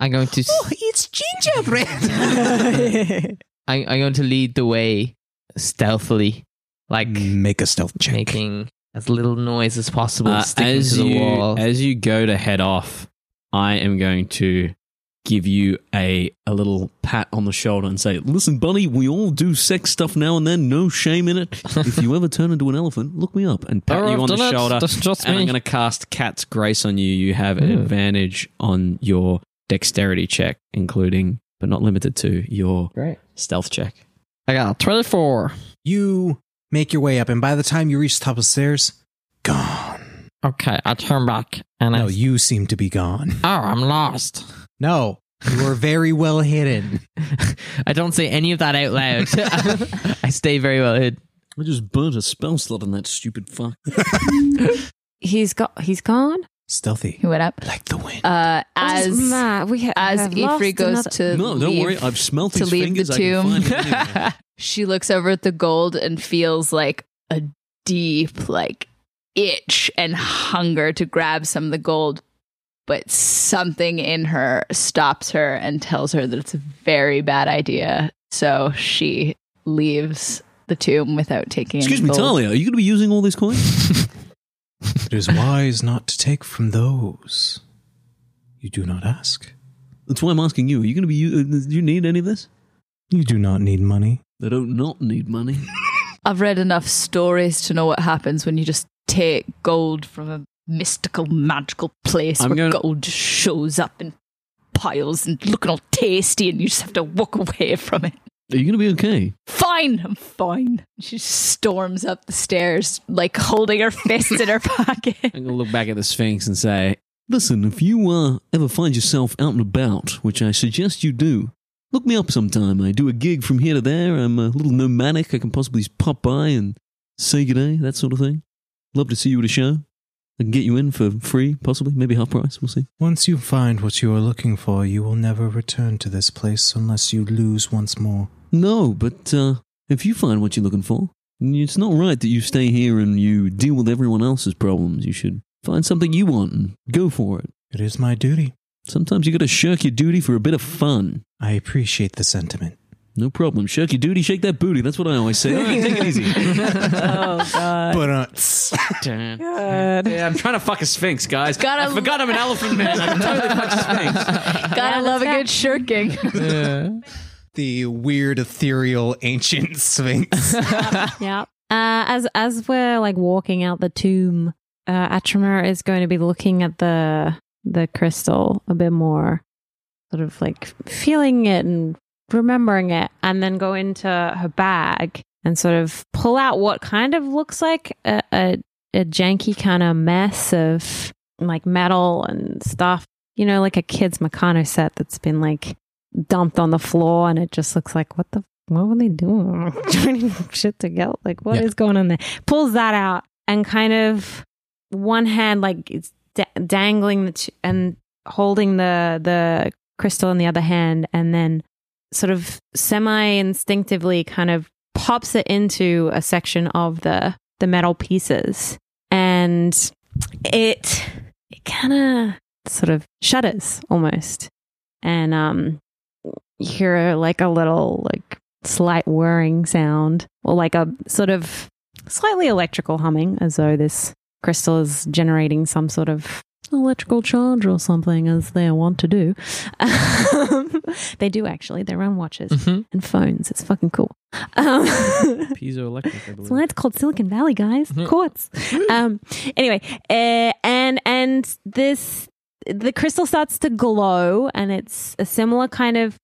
[SPEAKER 8] I'm going <laughs> to. s-
[SPEAKER 3] it's gingerbread.
[SPEAKER 8] <laughs> I, I'm going to lead the way. stealthily,
[SPEAKER 3] <laughs>
[SPEAKER 8] like
[SPEAKER 6] Mm,
[SPEAKER 3] Make a stealth check.
[SPEAKER 8] making as little noise as possible,
[SPEAKER 6] Uh,
[SPEAKER 8] sticking
[SPEAKER 6] as
[SPEAKER 8] to the
[SPEAKER 6] you,
[SPEAKER 8] wall.
[SPEAKER 6] As you go to head off, I am going to give you a a little pat on the shoulder and say, "Listen, buddy, we all do sex stuff now and then. No shame in it. if you ever turn into an elephant, look me up and pat
[SPEAKER 7] Oh,
[SPEAKER 6] you on
[SPEAKER 7] I've
[SPEAKER 6] the
[SPEAKER 7] done it.
[SPEAKER 6] shoulder."
[SPEAKER 7] That's just
[SPEAKER 6] And
[SPEAKER 7] me.
[SPEAKER 6] I'm going to cast Cat's Grace on you. You have an
[SPEAKER 8] Ooh.
[SPEAKER 6] advantage on your dexterity check, including but not limited to your
[SPEAKER 8] Great.
[SPEAKER 6] stealth check.
[SPEAKER 7] I got a 24.
[SPEAKER 3] You make your way up, and by the time you reach the top of the stairs, gone.
[SPEAKER 7] Okay, I turn back and I.
[SPEAKER 3] No, you seem to be gone.
[SPEAKER 7] oh, I'm lost.
[SPEAKER 3] No, you were very well hidden.
[SPEAKER 8] <laughs> I don't say any of that out loud.
[SPEAKER 7] <laughs>
[SPEAKER 8] <laughs> I stay very well hid.
[SPEAKER 6] I just burnt a spell slot on that stupid fuck.
[SPEAKER 4] He's got. He's gone.
[SPEAKER 3] Stealthy,
[SPEAKER 5] He went up.
[SPEAKER 3] like the wind.
[SPEAKER 5] Uh,
[SPEAKER 4] oh,
[SPEAKER 5] as
[SPEAKER 4] man, we ha-
[SPEAKER 5] as
[SPEAKER 4] have lost
[SPEAKER 5] Ifri goes
[SPEAKER 4] another-
[SPEAKER 5] to
[SPEAKER 6] No, don't
[SPEAKER 5] leave,
[SPEAKER 6] worry. I've smelt
[SPEAKER 5] to
[SPEAKER 6] his
[SPEAKER 5] leave
[SPEAKER 6] fingers.
[SPEAKER 5] the
[SPEAKER 6] I can
[SPEAKER 5] tomb.
[SPEAKER 6] <laughs> find it anywhere.
[SPEAKER 5] <laughs> she looks over at the gold and feels like a deep like itch and hunger to grab some of the gold but something in her stops her and tells her that it's a very bad idea so she leaves the tomb without taking
[SPEAKER 6] Excuse
[SPEAKER 5] any
[SPEAKER 6] me,
[SPEAKER 5] gold.
[SPEAKER 6] Talia, are you going to be using all these coins?
[SPEAKER 3] It is wise not to take from those you do not ask.
[SPEAKER 6] That's why I'm asking you. Are you going to be? u- uh, Do you need any of this?
[SPEAKER 3] You do not need money.
[SPEAKER 6] They don't not need <laughs> money.
[SPEAKER 5] I've read enough stories to know what happens when you just take gold from a mystical, magical place
[SPEAKER 6] I'm
[SPEAKER 5] where
[SPEAKER 6] gonna-
[SPEAKER 5] gold just shows up in piles and looking all tasty, and you just have to walk <laughs> away from it.
[SPEAKER 6] Are you going to be okay?
[SPEAKER 5] Fine, I'm fine. She storms up the stairs, like holding her fists in her <laughs> pocket.
[SPEAKER 6] <laughs> I'm going to look back at the Sphinx and say, "Listen, if you uh, ever find yourself out and about, which I suggest you do, look me up sometime. I do a gig from here to there. I'm a little nomadic. I can possibly pop by and say good day, that sort of thing. Love to see you at a show. I can get you in for free, possibly, maybe half price. We'll see."
[SPEAKER 3] Once you find what you are looking for, you will never return to this place unless you lose once more.
[SPEAKER 6] No, but uh, if you find what you're looking for, it's not right that you stay here and you deal with everyone else's problems. You should find something you want and go for it.
[SPEAKER 3] It is my duty.
[SPEAKER 6] Sometimes you gotta shirk your duty for a bit of fun.
[SPEAKER 3] I appreciate the sentiment.
[SPEAKER 6] No problem. Shirk your duty, shake that booty. That's what I always say. All right, take it <laughs> easy.
[SPEAKER 8] oh god.
[SPEAKER 3] But uh,
[SPEAKER 7] Mm-hmm.
[SPEAKER 8] <laughs>
[SPEAKER 6] Yeah, I'm trying to fuck a sphinx, guys.
[SPEAKER 5] Gotta- I forgot
[SPEAKER 6] I'm an elephant man. I can totally
[SPEAKER 5] <laughs>
[SPEAKER 6] fuck a sphinx.
[SPEAKER 5] Gotta love a good shirking.
[SPEAKER 3] the weird ethereal ancient
[SPEAKER 8] <laughs>
[SPEAKER 3] sphinx.
[SPEAKER 4] Yeah. Uh, as as we're like walking out the tomb, uh, Atramer is going to be looking at the the crystal a bit more, sort of like feeling it and remembering it, and then go into her bag and sort of pull out what kind of looks like a a, a janky kind of mess of like metal and stuff. You know, like a kid's Meccano set that's been like dumped on the floor, and it just looks like what the what were they doing? <laughs> Joining shit together. Like, what is going on there? Pulls that out and kind of one hand, like, it's da- dangling the ch- and holding the the crystal in the other hand, and then sort of semi instinctively kind of pops it into a section of the the metal pieces, and it it kind of sort of shudders almost, and um, you hear like a little like slight whirring sound, or like a sort of slightly electrical humming, as though this crystal is generating some sort of electrical charge or something, as they want to do. <laughs> they do actually. They run watches
[SPEAKER 8] Mhm.
[SPEAKER 4] and phones. It's fucking cool. Um, <laughs>
[SPEAKER 6] Piezoelectric, I
[SPEAKER 4] That's why it's called Silicon Valley,
[SPEAKER 6] <laughs>
[SPEAKER 4] guys. Quartz. Um, anyway, uh, and and this the crystal starts to glow, and it's a similar kind of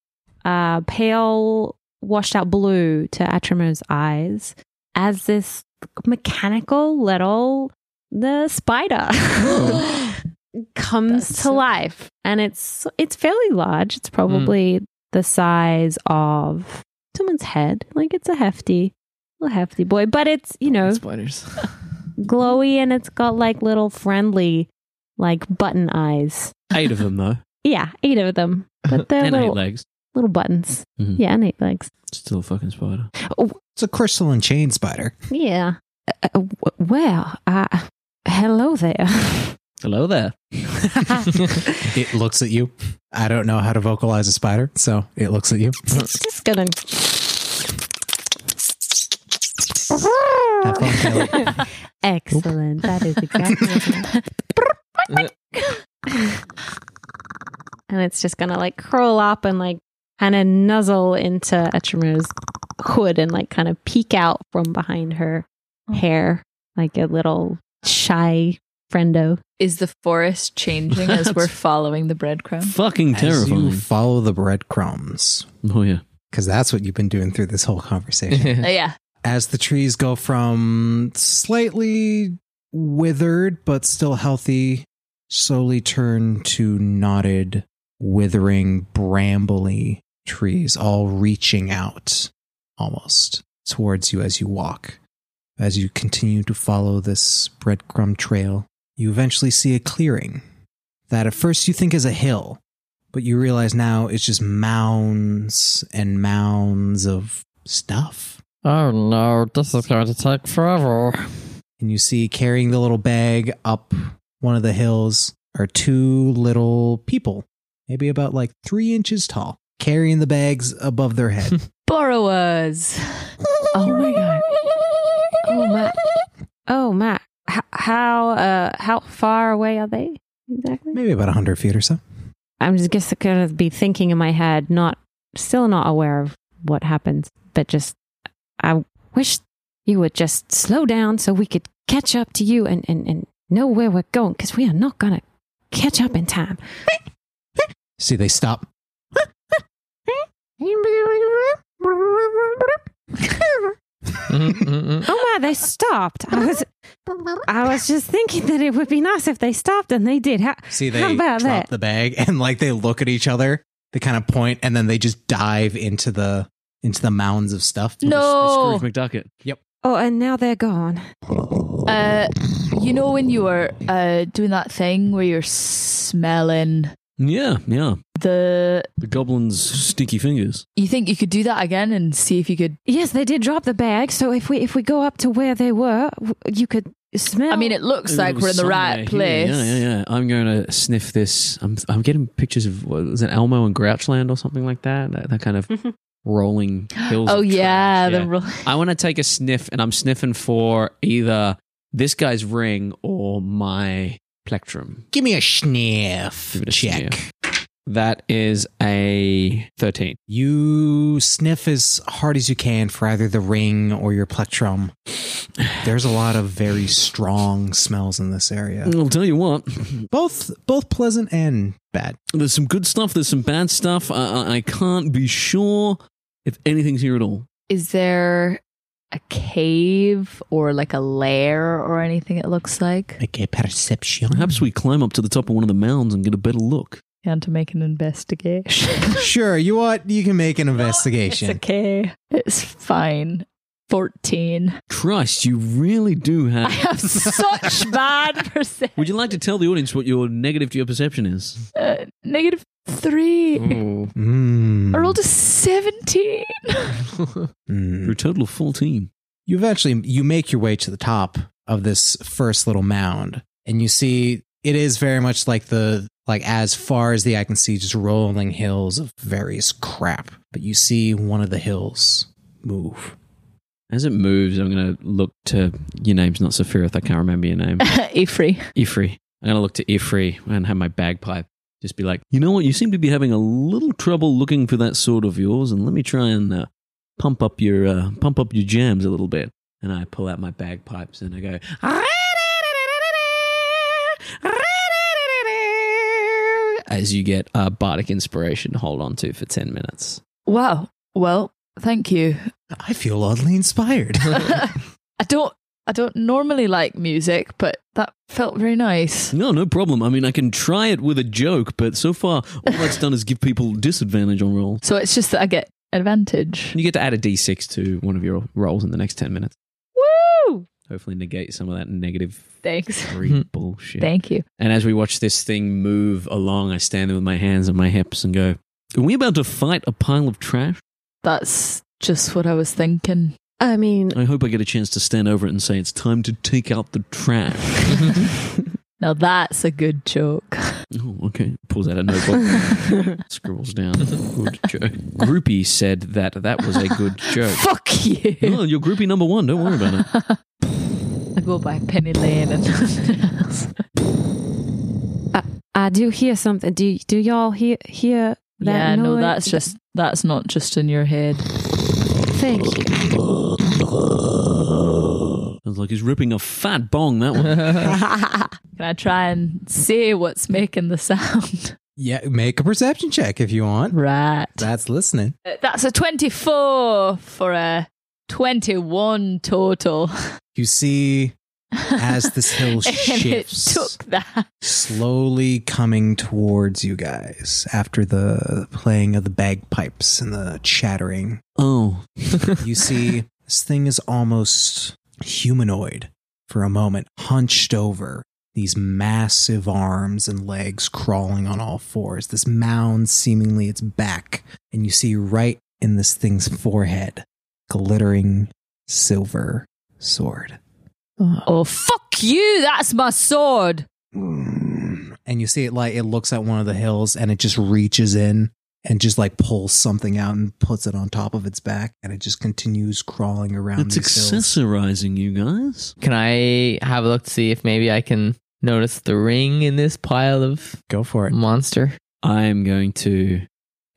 [SPEAKER 4] uh, pale, washed out blue to Atramer's eyes as this mechanical little the spider comes
[SPEAKER 5] That's
[SPEAKER 4] to
[SPEAKER 5] so cool.
[SPEAKER 4] life, and it's it's fairly large. It's probably the size of someone's head. Like it's a hefty, a hefty boy, but it's you know
[SPEAKER 8] Spiders.
[SPEAKER 4] glowy and it's got like little friendly, like button eyes.
[SPEAKER 6] Eight of them, though.
[SPEAKER 4] Yeah, eight of them, but they're
[SPEAKER 6] and eight
[SPEAKER 4] little,
[SPEAKER 6] legs.
[SPEAKER 4] little buttons.
[SPEAKER 6] Mhm.
[SPEAKER 4] Yeah, and eight legs.
[SPEAKER 6] Still a fucking spider.
[SPEAKER 3] It's a crystalline chain spider.
[SPEAKER 4] Yeah. Uh, uh, w- well, uh, hello there. <laughs>
[SPEAKER 8] Hello there.
[SPEAKER 3] It looks at you. I don't know how to vocalize a spider, so it looks at you.
[SPEAKER 4] Just gonna
[SPEAKER 3] <laughs> Have fun, Caleb.
[SPEAKER 9] <laughs> Excellent. That is exactly what I meant.
[SPEAKER 4] <laughs> and it's just gonna like curl up and like kind of nuzzle into Etchemer's hood and like kind of peek out from behind her
[SPEAKER 9] Oh.
[SPEAKER 4] hair like a little shy friendo.
[SPEAKER 5] <laughs> Is the forest changing as we're following the breadcrumb?
[SPEAKER 6] Fucking
[SPEAKER 3] As you
[SPEAKER 6] terrifying.
[SPEAKER 3] follow the breadcrumbs,
[SPEAKER 6] oh yeah.
[SPEAKER 3] because that's what you've been doing through this whole conversation.
[SPEAKER 5] Uh, yeah.
[SPEAKER 3] as the trees go from slightly withered but still healthy, slowly turn to knotted, withering, brambly trees, all reaching out almost towards you as you walk. As you continue to follow this breadcrumb trail, you eventually see a clearing that at first you think is a hill, but you realize now it's just mounds and mounds of stuff.
[SPEAKER 7] Oh no, this is going to take
[SPEAKER 8] <laughs>
[SPEAKER 7] forever.
[SPEAKER 3] and you see carrying the little bag up one of the hills are two little people, maybe about like three inches tall, carrying the bags above their head.
[SPEAKER 6] <laughs>
[SPEAKER 5] Borrowers.
[SPEAKER 4] Oh my god. Oh my. Oh my. H- how uh how far away are they exactly?
[SPEAKER 3] maybe about 100 feet or so.
[SPEAKER 4] I'm just guess gonna be thinking in my head, not still not aware of what happens, but just I wish you would just slow down so we could catch up to you and and, and know where we're going because we are not gonna catch up in time.
[SPEAKER 3] See, they stop.
[SPEAKER 7] Mm-hmm,
[SPEAKER 4] Oh my, they stopped. I was I was just thinking that it would be nice if they stopped, and they did. How,
[SPEAKER 3] See, they
[SPEAKER 4] how
[SPEAKER 3] drop
[SPEAKER 4] about that?
[SPEAKER 3] the bag <laughs> and like they look at each other. They kind of point and then they just dive into the into the mounds of stuff.
[SPEAKER 5] No.
[SPEAKER 6] Scrooge McDucket.
[SPEAKER 4] oh, and now they're gone.
[SPEAKER 5] Uh, you know when you were uh, doing that thing where you're smelling
[SPEAKER 6] Yeah, yeah.
[SPEAKER 5] the.
[SPEAKER 6] The goblin's stinky fingers.
[SPEAKER 5] You think you could do that again and see if you could.
[SPEAKER 4] Yes, they did drop the bag. So if we if we go up to where they were, w- you could smell.
[SPEAKER 5] I mean, it looks like we're in the right
[SPEAKER 6] Somewhere
[SPEAKER 5] place.
[SPEAKER 6] here. Yeah, yeah, yeah. I'm going to sniff this. I'm, I'm getting pictures of what was it, Elmo and Grouchland or something like that. That, that kind of rolling hills.
[SPEAKER 5] Mm-hmm. Oh
[SPEAKER 6] of
[SPEAKER 5] yeah,
[SPEAKER 6] trash.
[SPEAKER 5] the ro-
[SPEAKER 6] I want to take a sniff, and I'm sniffing for either this guy's ring or my plectrum.
[SPEAKER 3] Give me a sniff.
[SPEAKER 6] Give it a
[SPEAKER 3] check.
[SPEAKER 6] sniff. That is a 13.
[SPEAKER 3] You sniff as hard as you can for either the ring or your plectrum. There's a lot of very strong smells in this area.
[SPEAKER 6] I'll tell you what,
[SPEAKER 3] Both both pleasant and bad.
[SPEAKER 6] there's some good stuff, there's some bad stuff. I, I, I can't be sure if anything's here at all.
[SPEAKER 5] is there a cave or like a lair or anything? It looks like.
[SPEAKER 3] Make a perception.
[SPEAKER 6] Perhaps we climb up to the top of one of the mounds and get a better look.
[SPEAKER 5] And to make an investigation. <laughs>
[SPEAKER 3] Sure, you want you can make an investigation.
[SPEAKER 5] It's okay. It's fine. 14.
[SPEAKER 6] Christ, you really do
[SPEAKER 5] I <laughs>
[SPEAKER 6] have.
[SPEAKER 5] have
[SPEAKER 6] <laughs>
[SPEAKER 5] such bad percent.
[SPEAKER 6] Uh, Would you like to tell the audience what your negative to your perception is?
[SPEAKER 5] Uh, negative 3.
[SPEAKER 7] mm-hmm.
[SPEAKER 3] Mm.
[SPEAKER 5] I rolled a <laughs> 17.
[SPEAKER 3] Mm. Hmm.
[SPEAKER 6] You're a total of 14.
[SPEAKER 3] you eventually you make your way to the top of this first little mound and you see it is very much like the like as far as the eye can see just rolling hills of various crap but you see one of the hills move
[SPEAKER 6] As it moves, I'm going to look to. Your name's not Sephiroth. I can't remember your name.
[SPEAKER 5] Ifri.
[SPEAKER 6] Ifri. I'm going to look to Ifri and have my bagpipe. Just be like, you know what? You seem to be having a little trouble looking for that sword of yours, and let me try and uh, pump up your uh, pump up your jams a little bit. And I pull out my bagpipes and I go, as you get uh, bardic inspiration to hold on to for ten minutes.
[SPEAKER 5] Wow. Well, thank you. <laughs>
[SPEAKER 3] i feel oddly inspired <laughs>
[SPEAKER 5] I don't I don't normally like music, but that felt very nice.
[SPEAKER 6] No, no problem. I mean, I can try it with a joke, but so far all that's done is give people disadvantage on rolls.
[SPEAKER 5] So it's just that I get advantage.
[SPEAKER 6] You get to add a d6 to one of your rolls in the next 10 minutes.
[SPEAKER 5] Woo!
[SPEAKER 6] Hopefully, negate some of that negative
[SPEAKER 5] Thanks.
[SPEAKER 6] three bullshit.
[SPEAKER 5] Thank you.
[SPEAKER 6] and as we watch this thing move along, I stand there with my hands on my hips and go, Are we about to fight a pile of trash?
[SPEAKER 5] That's just what I was thinking.
[SPEAKER 4] I mean,
[SPEAKER 6] I hope I get a chance to stand over it and say, It's time to take out the
[SPEAKER 5] <laughs>
[SPEAKER 6] trash.
[SPEAKER 5] Now that's a good joke.
[SPEAKER 6] oh, okay. Pulls out a notebook, scribbles down. Good joke. Groupie said that that was a good joke.
[SPEAKER 5] <laughs> Fuck you.
[SPEAKER 6] Oh, you're groupie number one. Don't worry about it.
[SPEAKER 5] I go by Penny Lane and nothing else.
[SPEAKER 4] I do hear something. Do do y'all hear hear that
[SPEAKER 5] yeah, no,
[SPEAKER 4] noise?
[SPEAKER 5] that's just that's not just in your head.
[SPEAKER 4] Thank you.
[SPEAKER 6] Sounds like he's ripping a fat bong, that one.
[SPEAKER 5] Can I try and say what's making the sound?
[SPEAKER 3] Yeah, make a perception check if you want.
[SPEAKER 5] Right.
[SPEAKER 3] That's listening.
[SPEAKER 5] That's a 24 for a 21 total.
[SPEAKER 3] You see as this hill
[SPEAKER 5] <laughs> and it
[SPEAKER 3] shifts,
[SPEAKER 5] took that.
[SPEAKER 3] slowly coming towards you guys after the playing of the bagpipes and the chattering.
[SPEAKER 6] Oh,
[SPEAKER 3] You see, this thing is almost humanoid for a moment, hunched over, these massive arms and legs crawling on all fours, this mound seemingly its back. And you see right in this thing's forehead, glittering silver sword.
[SPEAKER 5] Oh, fuck you. That's my sword.
[SPEAKER 3] And you see it like it looks at one of the hills and it just reaches in and just like pulls something out and puts it on top of its back and it just continues crawling around.
[SPEAKER 6] it's
[SPEAKER 3] these hills.
[SPEAKER 6] accessorizing, you guys.
[SPEAKER 8] Can I have a look to see if maybe I can notice the ring in this pile of
[SPEAKER 3] Go for it.
[SPEAKER 8] monster?
[SPEAKER 6] I'm going to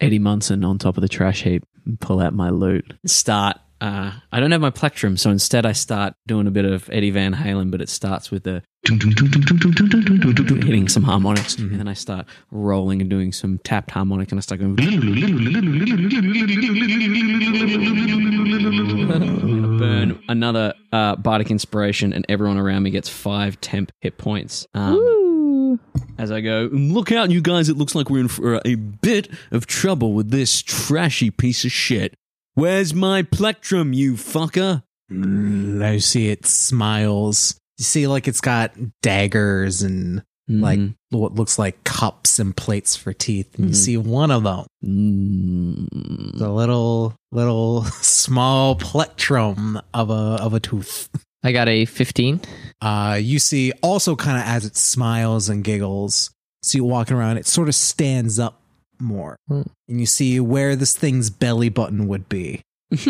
[SPEAKER 6] Eddie Munson on top of the trash heap and pull out my loot. Start. Uh, I don't have my plectrum, so instead I start doing a bit of Eddie Van Halen, but it starts with the hitting some harmonics,
[SPEAKER 3] Mm-hmm.
[SPEAKER 6] and then I start rolling and doing some tapped harmonic, and I start going. <laughs> burn another uh, bardic inspiration, and everyone around me gets five temp hit points. Um, as I go, "Um, look out, you guys, it looks like we're in for a bit of trouble with this trashy piece of shit. Where's my plectrum, you fucker?
[SPEAKER 3] Mm, I see it smiles. You see, like it's got daggers and like
[SPEAKER 6] Mm,
[SPEAKER 3] what looks like cups and plates for teeth. And you
[SPEAKER 6] Mhm.
[SPEAKER 3] see one of them,
[SPEAKER 6] mm.
[SPEAKER 3] the little little <laughs> small plectrum of a of a tooth.
[SPEAKER 8] I got
[SPEAKER 7] <laughs>
[SPEAKER 8] a 15.
[SPEAKER 3] Uh, you see, also kind of as it smiles and giggles, see it walking around. It sort of stands up more,
[SPEAKER 8] Hmm.
[SPEAKER 3] and you see where this thing's belly button would be. <laughs> A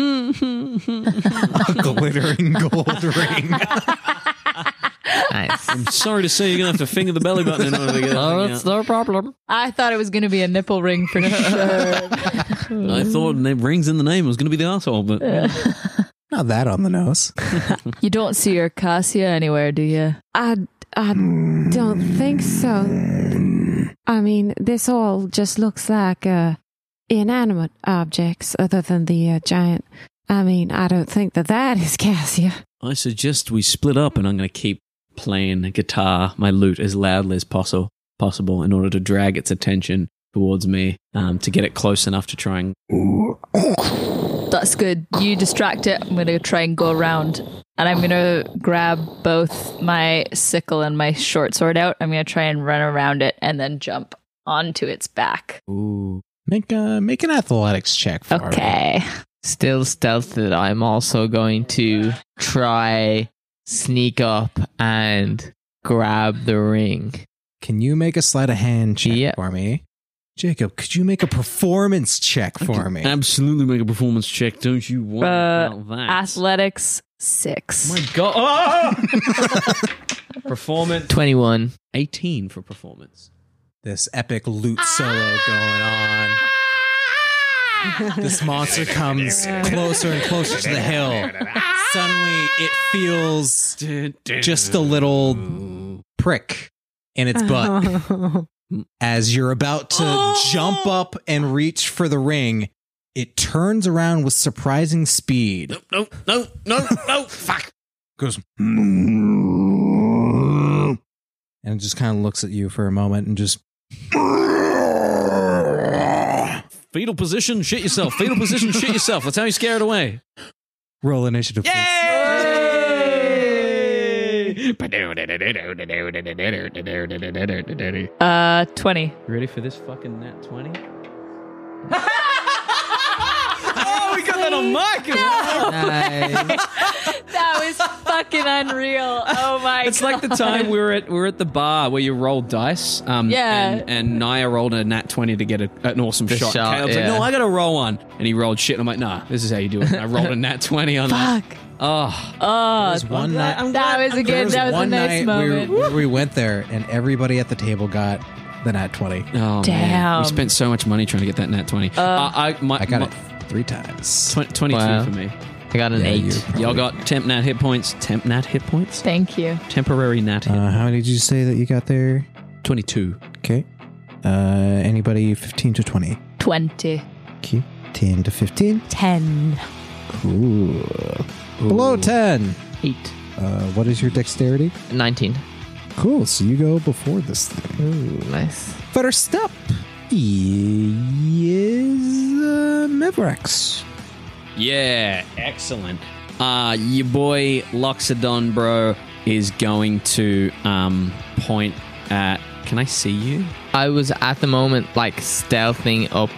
[SPEAKER 3] glittering gold ring.
[SPEAKER 8] Nice.
[SPEAKER 6] I'm sorry to say you're gonna have to finger the belly button in order to get that
[SPEAKER 8] oh,
[SPEAKER 6] thing
[SPEAKER 8] it's
[SPEAKER 6] out.
[SPEAKER 8] no problem.
[SPEAKER 5] I thought it was going to be a nipple ring for sure.
[SPEAKER 6] I thought the rings in the name was gonna be the asshole, but
[SPEAKER 3] Not that on the nose.
[SPEAKER 5] you don't see your Cassia anywhere, do you?
[SPEAKER 4] I I don't think so. I mean, this all just looks like uh, inanimate objects, other than the uh, giant. I mean, I don't think that that is Cassia.
[SPEAKER 6] <laughs> I suggest we split up, and I'm going to keep playing the guitar, my lute, as loudly as possible, possible, in order to drag its attention towards me, um, to get it close enough to try and.
[SPEAKER 5] That's good. You distract it. I'm going to try and go around. And I'm going to grab both my sickle and my short sword out. I'm going to try and run around it and then jump onto its back.
[SPEAKER 6] Ooh,
[SPEAKER 3] Make a make an athletics check. For me.
[SPEAKER 5] Okay.
[SPEAKER 8] Still stealthed. I'm also going to try sneak up and grab the ring.
[SPEAKER 3] Can you make a sleight of hand check
[SPEAKER 8] Yeah.
[SPEAKER 3] for me? Jacob, could you make a performance check for me?
[SPEAKER 6] absolutely make a performance check, don't you? Worry
[SPEAKER 5] Uh,
[SPEAKER 6] about that.
[SPEAKER 5] Athletics six.
[SPEAKER 6] My God!
[SPEAKER 5] <laughs>
[SPEAKER 6] Ah! performance
[SPEAKER 8] 21.
[SPEAKER 6] 18 for performance.
[SPEAKER 3] This epic loot solo going on. This monster comes closer and closer to the hill. Suddenly, it feels just a little prick in its
[SPEAKER 4] Oh. <laughs>
[SPEAKER 3] butt as you're about to jump up and reach for the ring. It turns around with surprising speed.
[SPEAKER 6] No, no, no,
[SPEAKER 3] <laughs>
[SPEAKER 6] no! Fuck!
[SPEAKER 3] goes and it just kind of looks at you for a moment and just
[SPEAKER 6] Fetal position, shit yourself. Fetal position, shit yourself. That's how you scare it away.
[SPEAKER 3] roll initiative. please.
[SPEAKER 5] Uh, 20.
[SPEAKER 6] Ready for this fucking nat 20?
[SPEAKER 5] <laughs> oh, we got that on mic. that was fucking unreal. Oh my
[SPEAKER 6] It's
[SPEAKER 5] god.
[SPEAKER 6] like the time we were at we were at the bar where you roll dice. Um,
[SPEAKER 5] Yeah.
[SPEAKER 6] And, and Naya rolled a nat twenty to get a, an awesome shot.
[SPEAKER 8] shot,
[SPEAKER 6] Caleb's
[SPEAKER 8] yeah.
[SPEAKER 6] like, no, I got to roll one, and he rolled shit. And I'm like, nah, this is how you do it. And I rolled a nat twenty on that.
[SPEAKER 5] Fuck.
[SPEAKER 6] Ah,
[SPEAKER 5] Oh,
[SPEAKER 3] There's one night.
[SPEAKER 5] that was
[SPEAKER 3] there
[SPEAKER 5] a good.
[SPEAKER 3] was
[SPEAKER 5] That was a
[SPEAKER 3] one
[SPEAKER 5] nice
[SPEAKER 3] night we-
[SPEAKER 5] moment.
[SPEAKER 3] We, we went there, and everybody at the table got the nat twenty.
[SPEAKER 6] oh man.
[SPEAKER 5] Damn. Uh,
[SPEAKER 6] We spent so much money trying to get that nat 20. I, I, my,
[SPEAKER 3] I got
[SPEAKER 6] my-
[SPEAKER 3] it three times.
[SPEAKER 6] twen- 22
[SPEAKER 8] Wow.
[SPEAKER 6] for me.
[SPEAKER 8] I got an
[SPEAKER 3] Yeah,
[SPEAKER 8] eight.
[SPEAKER 3] you're-
[SPEAKER 6] Y'all got temp nat hit points. Temp nat hit points?
[SPEAKER 5] Thank you.
[SPEAKER 6] Temporary nat hit.
[SPEAKER 3] Uh, how many did you say that you got there?
[SPEAKER 6] 22.
[SPEAKER 3] Okay. Uh, anybody fifteen to twenty?
[SPEAKER 5] Twenty.
[SPEAKER 3] Okay. Ten to fifteen.
[SPEAKER 9] 10.
[SPEAKER 3] Cool. Below ten.
[SPEAKER 8] Eight.
[SPEAKER 3] Uh, what is your dexterity?
[SPEAKER 8] Nineteen.
[SPEAKER 3] Cool. So you go before this thing.
[SPEAKER 8] Ooh, nice.
[SPEAKER 3] First up is uh, Mevrax.
[SPEAKER 6] Yeah, excellent. Uh, your boy Loxodon, bro, is going to um, point at. Can I see you?
[SPEAKER 8] I was at the moment like stealthing up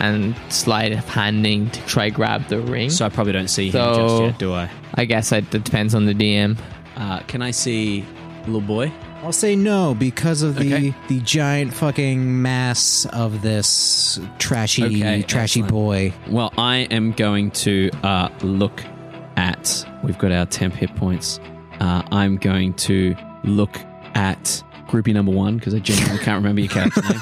[SPEAKER 8] and sleight of handing to try grab the ring.
[SPEAKER 6] So I probably don't see him just
[SPEAKER 8] So-
[SPEAKER 6] yet, do I?
[SPEAKER 8] I guess it depends on the DM.
[SPEAKER 6] Uh, can I see little boy?
[SPEAKER 3] I'll say no because of the
[SPEAKER 6] Okay.
[SPEAKER 3] the giant fucking mass of this trashy
[SPEAKER 6] Okay,
[SPEAKER 3] trashy
[SPEAKER 6] excellent.
[SPEAKER 3] boy.
[SPEAKER 6] Well, I am going to uh, look at. We've got our temp hit points. Uh, I'm going to look at groupie number one because I genuinely can't remember your character name.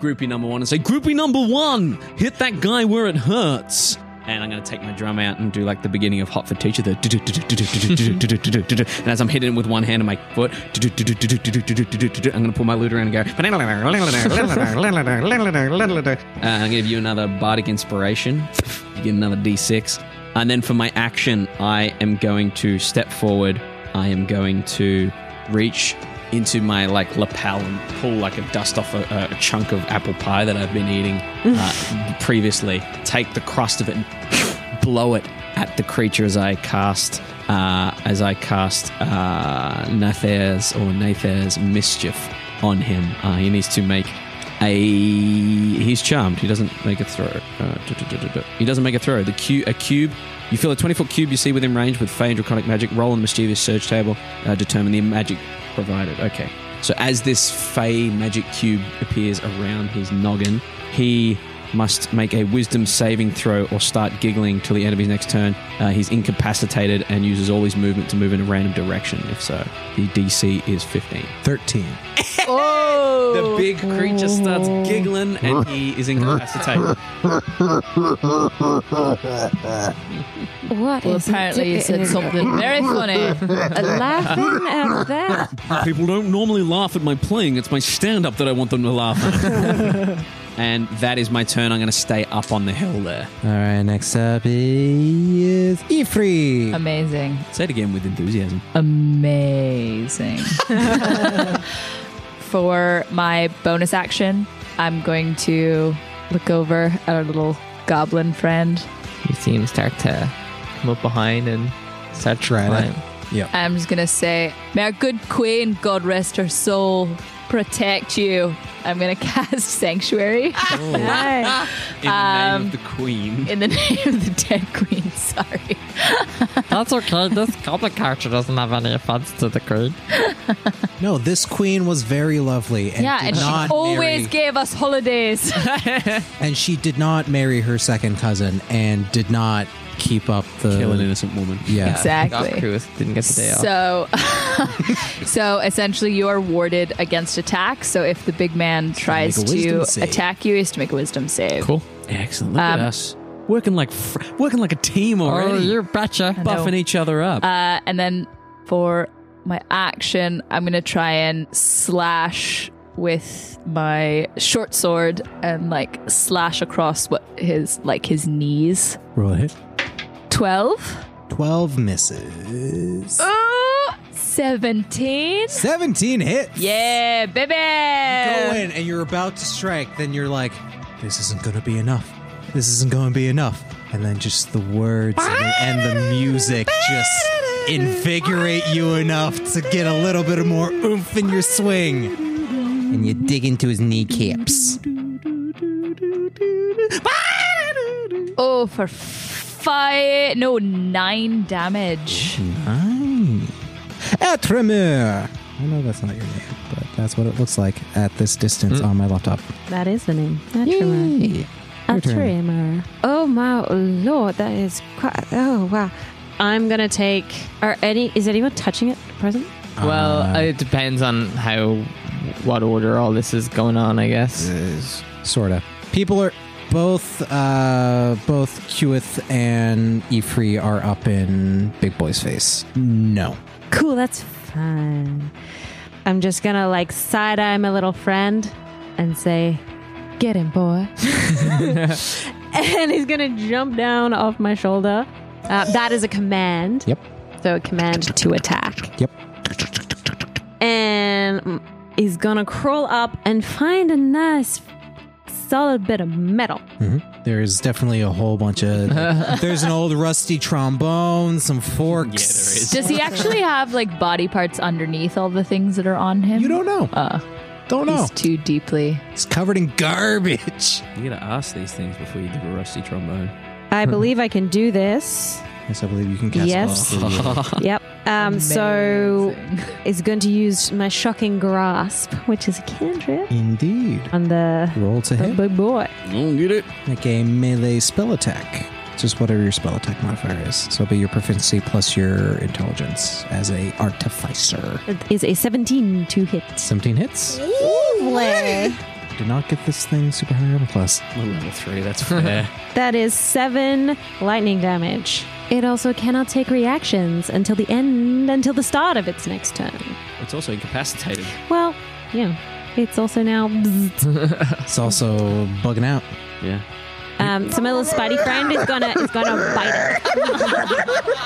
[SPEAKER 6] groupie number one and say, Groupie number one, hit that guy where it hurts. And I'm going to take my drum out and do like the beginning of Hot for Teacher, the. <laughs> And as I'm hitting it with one hand and my foot, <laughs> I'm going to pull my lute around and go. Uh, I'm going to give you another bardic inspiration. <laughs> You get another d6. And then for my action, I am going to step forward. I am going to reach into my like lapel and pull like a dust off a, a chunk of apple pie that I've been eating uh, previously. Take the crust of it and blow it at the creature as I cast uh, as I cast uh, Nathair's or Nathair's mischief on him. Uh, he needs to make a he's charmed. He doesn't make a throw. Uh, duh, duh, duh, duh, duh. he doesn't make a throw. The cu a cube. You fill a twenty foot cube you see within range with Fey and Draconic magic. Roll on mischievous search table. Uh, determine the magic provided. Okay. So as this Fey magic cube appears around his noggin, he must make a wisdom saving throw or start giggling till the end of his next turn. Uh, he's incapacitated and uses all his movement to move in a random direction. If so, the DC is 15. <laughs>
[SPEAKER 3] Thirteen.
[SPEAKER 6] The big creature starts giggling and he is incapacitated.
[SPEAKER 4] What
[SPEAKER 5] Well,
[SPEAKER 4] is
[SPEAKER 5] apparently you said something very funny.
[SPEAKER 4] laughing at that.
[SPEAKER 6] <laughs> People don't normally laugh at my playing. It's my stand up that I want them to laugh at. <laughs> and that is my turn. I'm going to stay up on the hill there.
[SPEAKER 3] All right. Next up is Ifri.
[SPEAKER 5] <laughs> Amazing.
[SPEAKER 6] Say it again with enthusiasm.
[SPEAKER 5] <laughs> Amazing. For my bonus action, I'm going to look over at our little goblin friend.
[SPEAKER 8] You see him start to come up behind and start
[SPEAKER 3] Try
[SPEAKER 8] trying.
[SPEAKER 3] it.
[SPEAKER 5] I'm just going to say, May our good queen, God rest her soul, protect you. I'm going to <laughs> cast Sanctuary
[SPEAKER 4] Nice.
[SPEAKER 6] In the
[SPEAKER 8] Um,
[SPEAKER 6] name of the queen.
[SPEAKER 5] in the name of the dead queen. Sorry.
[SPEAKER 7] That's okay. This goblin character doesn't have any offense to the queen.
[SPEAKER 3] No, this queen was very lovely and
[SPEAKER 5] yeah,
[SPEAKER 3] did
[SPEAKER 5] and she
[SPEAKER 3] not
[SPEAKER 5] always
[SPEAKER 3] marry,
[SPEAKER 5] gave
[SPEAKER 3] <laughs>
[SPEAKER 5] us holidays.
[SPEAKER 3] and she did not marry her second cousin and did not keep up the
[SPEAKER 6] Kill an innocent woman.
[SPEAKER 3] Uh, Yeah.
[SPEAKER 5] exactly.
[SPEAKER 8] Doc Cruz didn't get the day off.
[SPEAKER 5] So, <laughs> so essentially, you are warded against attack. So if the big man tries
[SPEAKER 3] make a wisdom
[SPEAKER 5] to
[SPEAKER 3] save.
[SPEAKER 5] attack you, he has to make a wisdom save.
[SPEAKER 6] Cool. Excellent. Look at
[SPEAKER 5] Um,
[SPEAKER 6] us. Working like fr- working like a team
[SPEAKER 7] Oh,
[SPEAKER 6] already.
[SPEAKER 7] you betcha.
[SPEAKER 5] know.
[SPEAKER 6] buffing each other up.
[SPEAKER 5] Uh, and then for my action, I'm gonna try and slash with my short sword and like slash across what his like his knees.
[SPEAKER 6] Roll hit.
[SPEAKER 5] Twelve.
[SPEAKER 3] 12 misses.
[SPEAKER 5] Oh, 17.
[SPEAKER 3] 17 hits.
[SPEAKER 5] Yeah,
[SPEAKER 3] Go
[SPEAKER 5] baby.
[SPEAKER 3] in and you're about to strike, then you're like, this isn't going to be enough. This isn't going to be enough. And then just the words and the, and the music just invigorate you enough to get a little bit more oomph in your swing. And you dig into his kneecaps.
[SPEAKER 5] Oh, for five. No, nine damage.
[SPEAKER 3] Aye. Etremur. I know that's not your name, but that's what it looks like at this distance on my laptop.
[SPEAKER 9] That is the name. Atrimor.
[SPEAKER 3] Your turn.
[SPEAKER 4] uh,
[SPEAKER 9] Atrimor.
[SPEAKER 4] Oh my lord, that is quite. Oh wow. I'm gonna take. Are any? Is anyone touching it at present?
[SPEAKER 8] Well,
[SPEAKER 3] Uh,
[SPEAKER 8] it depends on how, what order all this is going on, I guess.
[SPEAKER 3] is sort of. People are both uh both Qith and Ifri are up in Big Boy's face. No.
[SPEAKER 4] Cool, that's fine. I'm just gonna like side eye my little friend and say, Get him, boy. <laughs> and he's gonna jump down off my shoulder. Uh, that is a command.
[SPEAKER 3] Yep.
[SPEAKER 4] So a command to attack.
[SPEAKER 3] Yep.
[SPEAKER 4] And mm, he's gonna crawl up and find a nice solid bit of metal.
[SPEAKER 3] There's definitely a whole bunch of There's an old rusty trombone, some forks. Yeah,
[SPEAKER 2] there is.
[SPEAKER 5] Does he actually have like body parts underneath all the things that are on him?
[SPEAKER 3] You don't know.
[SPEAKER 5] Uh,
[SPEAKER 3] don't know.
[SPEAKER 5] He's too deeply.
[SPEAKER 3] It's covered in garbage.
[SPEAKER 6] You gotta ask these things before you do a rusty trombone.
[SPEAKER 4] I believe I can do this.
[SPEAKER 3] Yes, I believe you can
[SPEAKER 4] cast Yes. Yep. Um, so
[SPEAKER 5] Amazing.
[SPEAKER 4] is going to use my shocking grasp, which is a cantrip,
[SPEAKER 3] Indeed.
[SPEAKER 4] on the,
[SPEAKER 3] Roll to
[SPEAKER 4] the
[SPEAKER 3] hit.
[SPEAKER 4] big boy.
[SPEAKER 6] Don't get it.
[SPEAKER 3] Make a melee spell attack. Just whatever your spell attack modifier is. So it'll be your proficiency plus your intelligence as a artificer.
[SPEAKER 4] It Is a 17 to hit.
[SPEAKER 3] 17 hits.
[SPEAKER 4] Lovely.
[SPEAKER 3] Do not get this thing super high armor class.
[SPEAKER 6] I'm level three, <laughs> that's fair.
[SPEAKER 4] That is seven lightning damage. It also cannot take reactions until the end, until the start of its next turn.
[SPEAKER 6] it's also incapacitated.
[SPEAKER 4] Well, yeah, it's also now.
[SPEAKER 3] It's also bugging out.
[SPEAKER 6] Yeah.
[SPEAKER 4] Um, so my little spidey friend is gonna is gonna bite
[SPEAKER 10] <laughs>
[SPEAKER 4] it.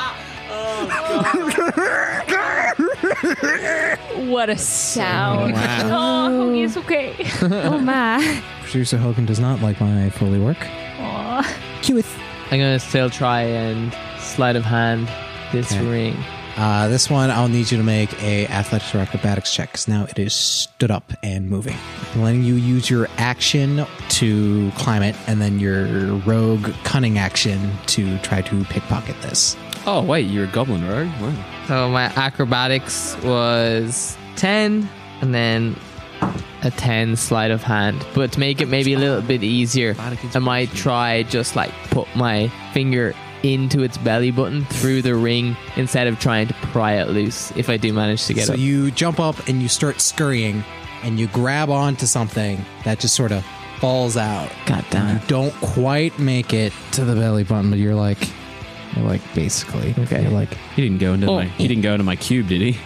[SPEAKER 5] What a sound.
[SPEAKER 4] wow.
[SPEAKER 5] Oh, he's okay.
[SPEAKER 4] Oh my!
[SPEAKER 3] Producer Hogan does not like my Foley work.
[SPEAKER 5] Aw.
[SPEAKER 3] Qith.
[SPEAKER 8] I'm gonna still try and sleight of hand this
[SPEAKER 3] Okay.
[SPEAKER 8] ring.
[SPEAKER 3] Uh, this one, I'll need you to make a athletics or acrobatics check because now it is stood up and moving. I'm letting you use your action to climb it, and then your rogue cunning action to try to pickpocket this.
[SPEAKER 6] Oh, wait, you're a goblin, right? Wow.
[SPEAKER 8] So my acrobatics was ten, and then a ten sleight of hand. But to make it maybe a little bit easier, I might try just like put my finger into its belly button through the ring instead of trying to pry it loose. If I do manage to get
[SPEAKER 3] so
[SPEAKER 8] it,
[SPEAKER 3] you jump up and you start scurrying, and you grab onto something that just sort of falls out.
[SPEAKER 8] god damn
[SPEAKER 3] You don't quite make it to the belly button, but you're like, you're like basically,
[SPEAKER 8] Okay.
[SPEAKER 3] You're like,
[SPEAKER 6] He didn't go into
[SPEAKER 8] Oh.
[SPEAKER 6] my he didn't go into my cube, did <laughs> he?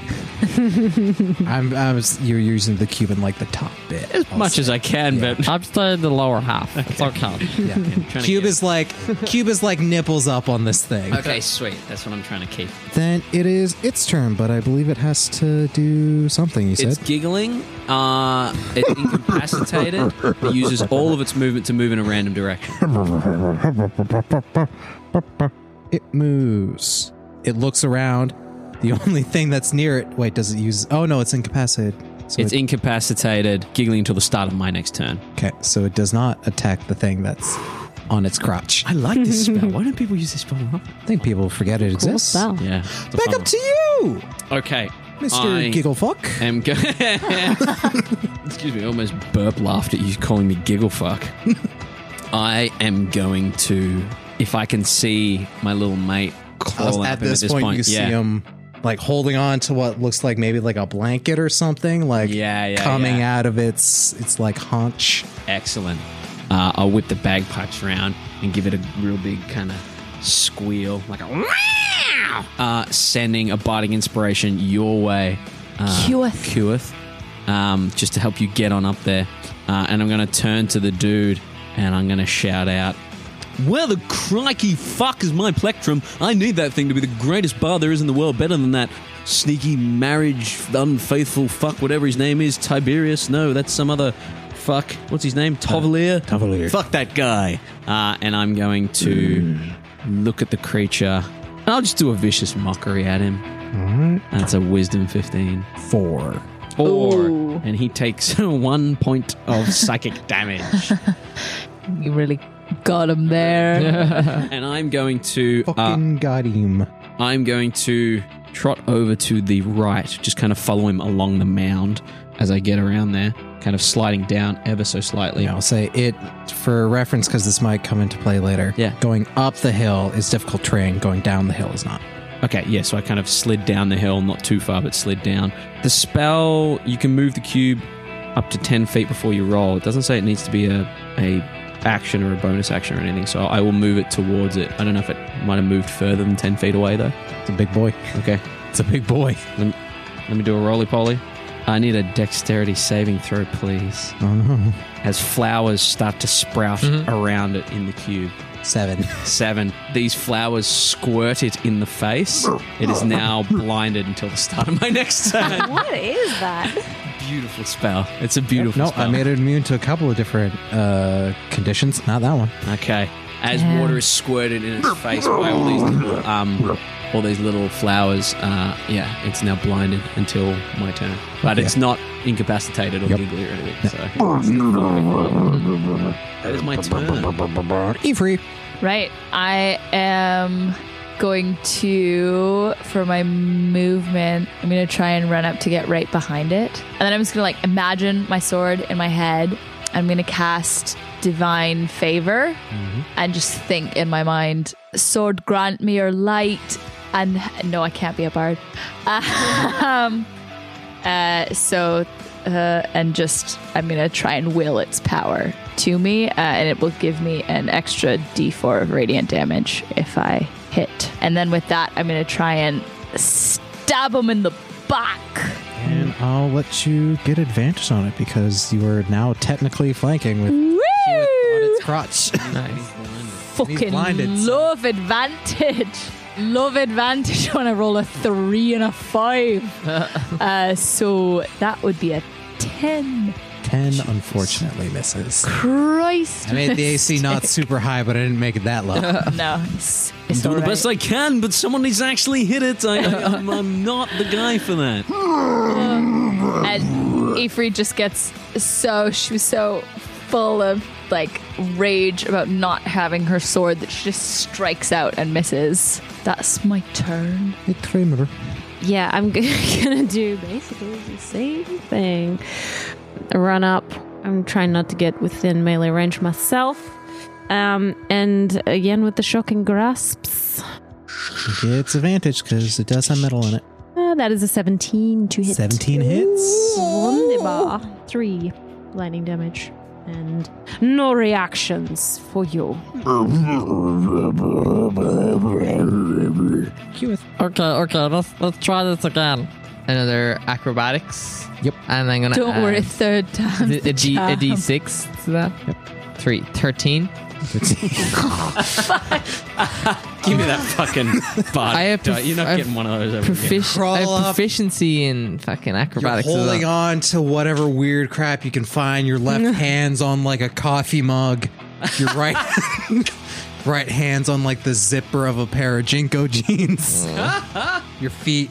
[SPEAKER 3] I'm, I was, you're using the cube in like the top bit.
[SPEAKER 6] As much as I can,
[SPEAKER 3] Yeah.
[SPEAKER 6] <laughs> but
[SPEAKER 7] I'm still in the lower half. It's
[SPEAKER 8] <laughs>
[SPEAKER 7] okay.
[SPEAKER 3] Yeah.
[SPEAKER 6] Trying to
[SPEAKER 3] Cube
[SPEAKER 6] get- <laughs>
[SPEAKER 3] is like <laughs> Cube is like nipples up on this thing.
[SPEAKER 6] Okay, sweet. That's what I'm trying to keep.
[SPEAKER 3] Then it is its turn, but I believe it has to do something. You
[SPEAKER 6] It's giggling. Uh, it's incapacitated. it uses all of its movement to move in a random direction.
[SPEAKER 3] it moves. It looks around. The <laughs> only thing that's near it. Wait, does it use? Oh no, it's incapacitated. So
[SPEAKER 6] It's
[SPEAKER 3] it,
[SPEAKER 6] incapacitated, giggling until the start of my next turn.
[SPEAKER 3] okay, so it does not attack the thing that's on its crotch.
[SPEAKER 6] I like <laughs> this spell. Why don't people use this spell more?
[SPEAKER 3] I think people forget it
[SPEAKER 4] Cool
[SPEAKER 3] exists.
[SPEAKER 4] spell.
[SPEAKER 6] Yeah.
[SPEAKER 3] Back up to you,
[SPEAKER 6] Okay.
[SPEAKER 3] Mister
[SPEAKER 6] I-
[SPEAKER 3] Gigglefuck.
[SPEAKER 6] am go- <laughs> Excuse me, I almost burp laughed at you calling me
[SPEAKER 3] <laughs>
[SPEAKER 6] giggle fuck. I am going to, if I can see my little mate crawling
[SPEAKER 3] At
[SPEAKER 6] up him
[SPEAKER 3] this,
[SPEAKER 6] at this
[SPEAKER 3] point, you
[SPEAKER 6] yeah.
[SPEAKER 3] see him like holding on to what looks like maybe like a blanket or something. Like
[SPEAKER 6] yeah, yeah,
[SPEAKER 3] coming
[SPEAKER 6] yeah.
[SPEAKER 3] out of its its like haunch.
[SPEAKER 6] Excellent. Uh, I'll whip the bagpipes round and give it a real big kind of squeal, like a wow, uh, sending a biting inspiration your way. Uh,
[SPEAKER 5] Cueth.
[SPEAKER 6] Cueth, um, just to help you get on up there. Uh, and I'm going to turn to the dude and I'm going to shout out, Where the crikey fuck is my plectrum? I need that thing to be the greatest bar there is in the world, better than that sneaky marriage, unfaithful fuck, whatever his name is, Tiberius. No, that's some other fuck. What's his name? Tovalier?
[SPEAKER 3] Cavalier.
[SPEAKER 6] Fuck that guy. Uh, and I'm going to look at the creature. And I'll just do a vicious mockery at him. That's a wisdom 15.
[SPEAKER 3] Four.
[SPEAKER 6] Four.
[SPEAKER 5] Ooh.
[SPEAKER 6] And he takes <laughs> one point of psychic damage.
[SPEAKER 5] You really got him there.
[SPEAKER 6] and I'm going to uh,
[SPEAKER 3] Fucking got him.
[SPEAKER 6] I'm going to trot over to the right, just kind of follow him along the mound as I get around there, kind of sliding down ever so slightly.
[SPEAKER 3] Yeah, I'll say it for reference because this might come into play later.
[SPEAKER 6] Yeah.
[SPEAKER 3] Going up the hill is difficult terrain. Going down the hill is not.
[SPEAKER 6] Okay, yeah, so I kind of slid down the hill, not too far, but slid down. The spell, you can move the cube up to 10 feet before you roll. It doesn't say it needs to be a, a action or a bonus action or anything, so I will move it towards it. I don't know if it might have moved further than 10 feet away, though.
[SPEAKER 3] It's a big boy. <laughs>
[SPEAKER 6] Okay,
[SPEAKER 3] It's a big boy.
[SPEAKER 6] let me do a roly poly. I need a dexterity saving throw, please.
[SPEAKER 3] Oh no.
[SPEAKER 6] As flowers start to sprout around it in the cube. <laughs>
[SPEAKER 3] Seven.
[SPEAKER 6] Seven. These flowers squirt it in the face. It is now blinded until the start of my next turn.
[SPEAKER 10] What is that?
[SPEAKER 6] <laughs> beautiful spell. It's a beautiful
[SPEAKER 3] no,
[SPEAKER 6] spell.
[SPEAKER 3] I made it immune to a couple of different uh, conditions. Not that one.
[SPEAKER 6] Okay. As
[SPEAKER 5] Yeah.
[SPEAKER 6] water is squirted in its face by all these little, um, all these little flowers, uh, yeah, it's now blinded until my turn. But it's not incapacitated or
[SPEAKER 3] Yep.
[SPEAKER 6] giggly or anything. So that is my turn.
[SPEAKER 3] Ifri.
[SPEAKER 5] Right. I am going to for my movement. I'm going to try and run up to get right behind it. And then I'm just going to like imagine my sword in my head. I'm going to cast divine favor and just think in my mind, sword grant me your light and no, I can't be a bard. <laughs> Um uh, so, uh, and just, I'm going to try and will its power to me, uh, and it will give me an extra d4 of radiant damage if I hit. And then with that, I'm going to try and stab him in the back.
[SPEAKER 3] And I'll let you get advantage on it because you are now technically flanking with
[SPEAKER 5] Woo!
[SPEAKER 3] on its crotch.
[SPEAKER 5] Fucking
[SPEAKER 3] blinded, so-
[SPEAKER 5] love advantage. <laughs> Love advantage when I roll a three and
[SPEAKER 3] <laughs>
[SPEAKER 5] a five. uh, so that would be a 10.
[SPEAKER 3] Ten unfortunately misses.
[SPEAKER 5] Christ.
[SPEAKER 3] I
[SPEAKER 5] <laughs>
[SPEAKER 3] made the AC <laughs> not super high, but I didn't make it that low.
[SPEAKER 5] No, it's, it's
[SPEAKER 2] Do
[SPEAKER 5] all
[SPEAKER 2] the
[SPEAKER 5] right.
[SPEAKER 2] best I can, but someone needs to actually hit it. I, I, I'm, I'm not the guy for that.
[SPEAKER 5] and Ifri just gets so she was so full of like rage about not having her sword that she just strikes out and misses. That's my turn.
[SPEAKER 3] Hey, Kramer.
[SPEAKER 4] Yeah, I'm <laughs> g- gonna do basically the same thing. Run up. I'm trying not to get within melee range myself. Um, and again with the shocking grasps.
[SPEAKER 3] It's advantage because it does have metal in it.
[SPEAKER 4] Uh, that is a 17 to hit.
[SPEAKER 3] 17 hits.
[SPEAKER 4] Wunderbar. Three lightning damage. And no reactions for you.
[SPEAKER 11] Okay, okay, let's let's try this again.
[SPEAKER 8] Another acrobatics.
[SPEAKER 3] Yep.
[SPEAKER 8] And I'm gonna.
[SPEAKER 5] Don't
[SPEAKER 6] Uh-huh.
[SPEAKER 8] add
[SPEAKER 5] worry, third time.
[SPEAKER 8] a, a, D, <laughs> a D6 to that. Three. 13.
[SPEAKER 6] Give me that fucking bard.
[SPEAKER 8] <laughs> I have
[SPEAKER 6] die. You're not
[SPEAKER 8] prof-
[SPEAKER 6] getting one of those every game.
[SPEAKER 8] Profici- I
[SPEAKER 3] Crawl
[SPEAKER 8] have
[SPEAKER 3] up.
[SPEAKER 8] proficiency in fucking acrobatics. as well.
[SPEAKER 3] holding on to whatever weird crap you can find. Your
[SPEAKER 8] <laughs>
[SPEAKER 3] left hand's on like a coffee mug. Your right <laughs> right hand's on like the zipper of a pair of Jinko <laughs>
[SPEAKER 8] <laughs>
[SPEAKER 3] jeans. Your feet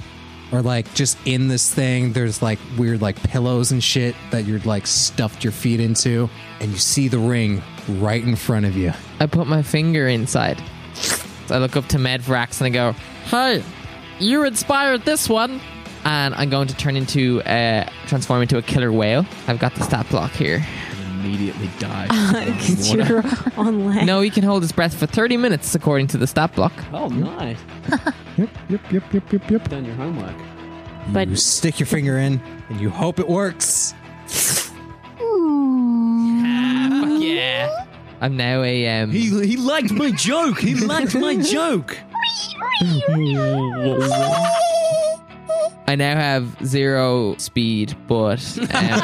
[SPEAKER 3] are like just in this thing. There's like weird like pillows and shit that you're like stuffed your feet into, and you see the ring right in front of you.
[SPEAKER 8] I put my finger inside. So I look up to Medvrax and I go, "Hey, you inspired this one." And I'm going to turn into uh, transform into a killer whale. I've got the stat block here.
[SPEAKER 6] Immediately
[SPEAKER 8] <laughs>
[SPEAKER 6] dies. Water.
[SPEAKER 4] You're <laughs> on land.
[SPEAKER 8] No, he can hold his breath for 30 minutes according to the stat block.
[SPEAKER 6] Oh, nice.
[SPEAKER 3] Yep, yep, yep, yep, yep, yep.
[SPEAKER 6] Done your homework.
[SPEAKER 4] But
[SPEAKER 3] You stick your finger in, and you hope it works.
[SPEAKER 8] Yeah. I'm now a um,
[SPEAKER 2] He, he liked my joke. He liked
[SPEAKER 8] <laughs>
[SPEAKER 2] my joke.
[SPEAKER 8] I now have zero speed, but um,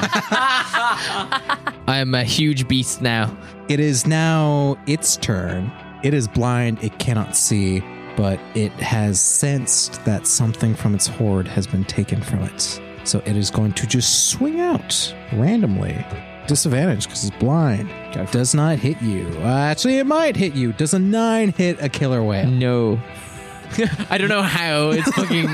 [SPEAKER 8] I'm a huge beast now.
[SPEAKER 3] It is now its turn. It is blind, it cannot see, but it has sensed that something from its hoard has been taken from it. So it is going to just swing out randomly. Disadvantage because it's blind. Does not hit you. Uh, actually, it might hit you. Does a nine hit a killer whale?
[SPEAKER 8] No. <laughs> I don't know how. It's fucking.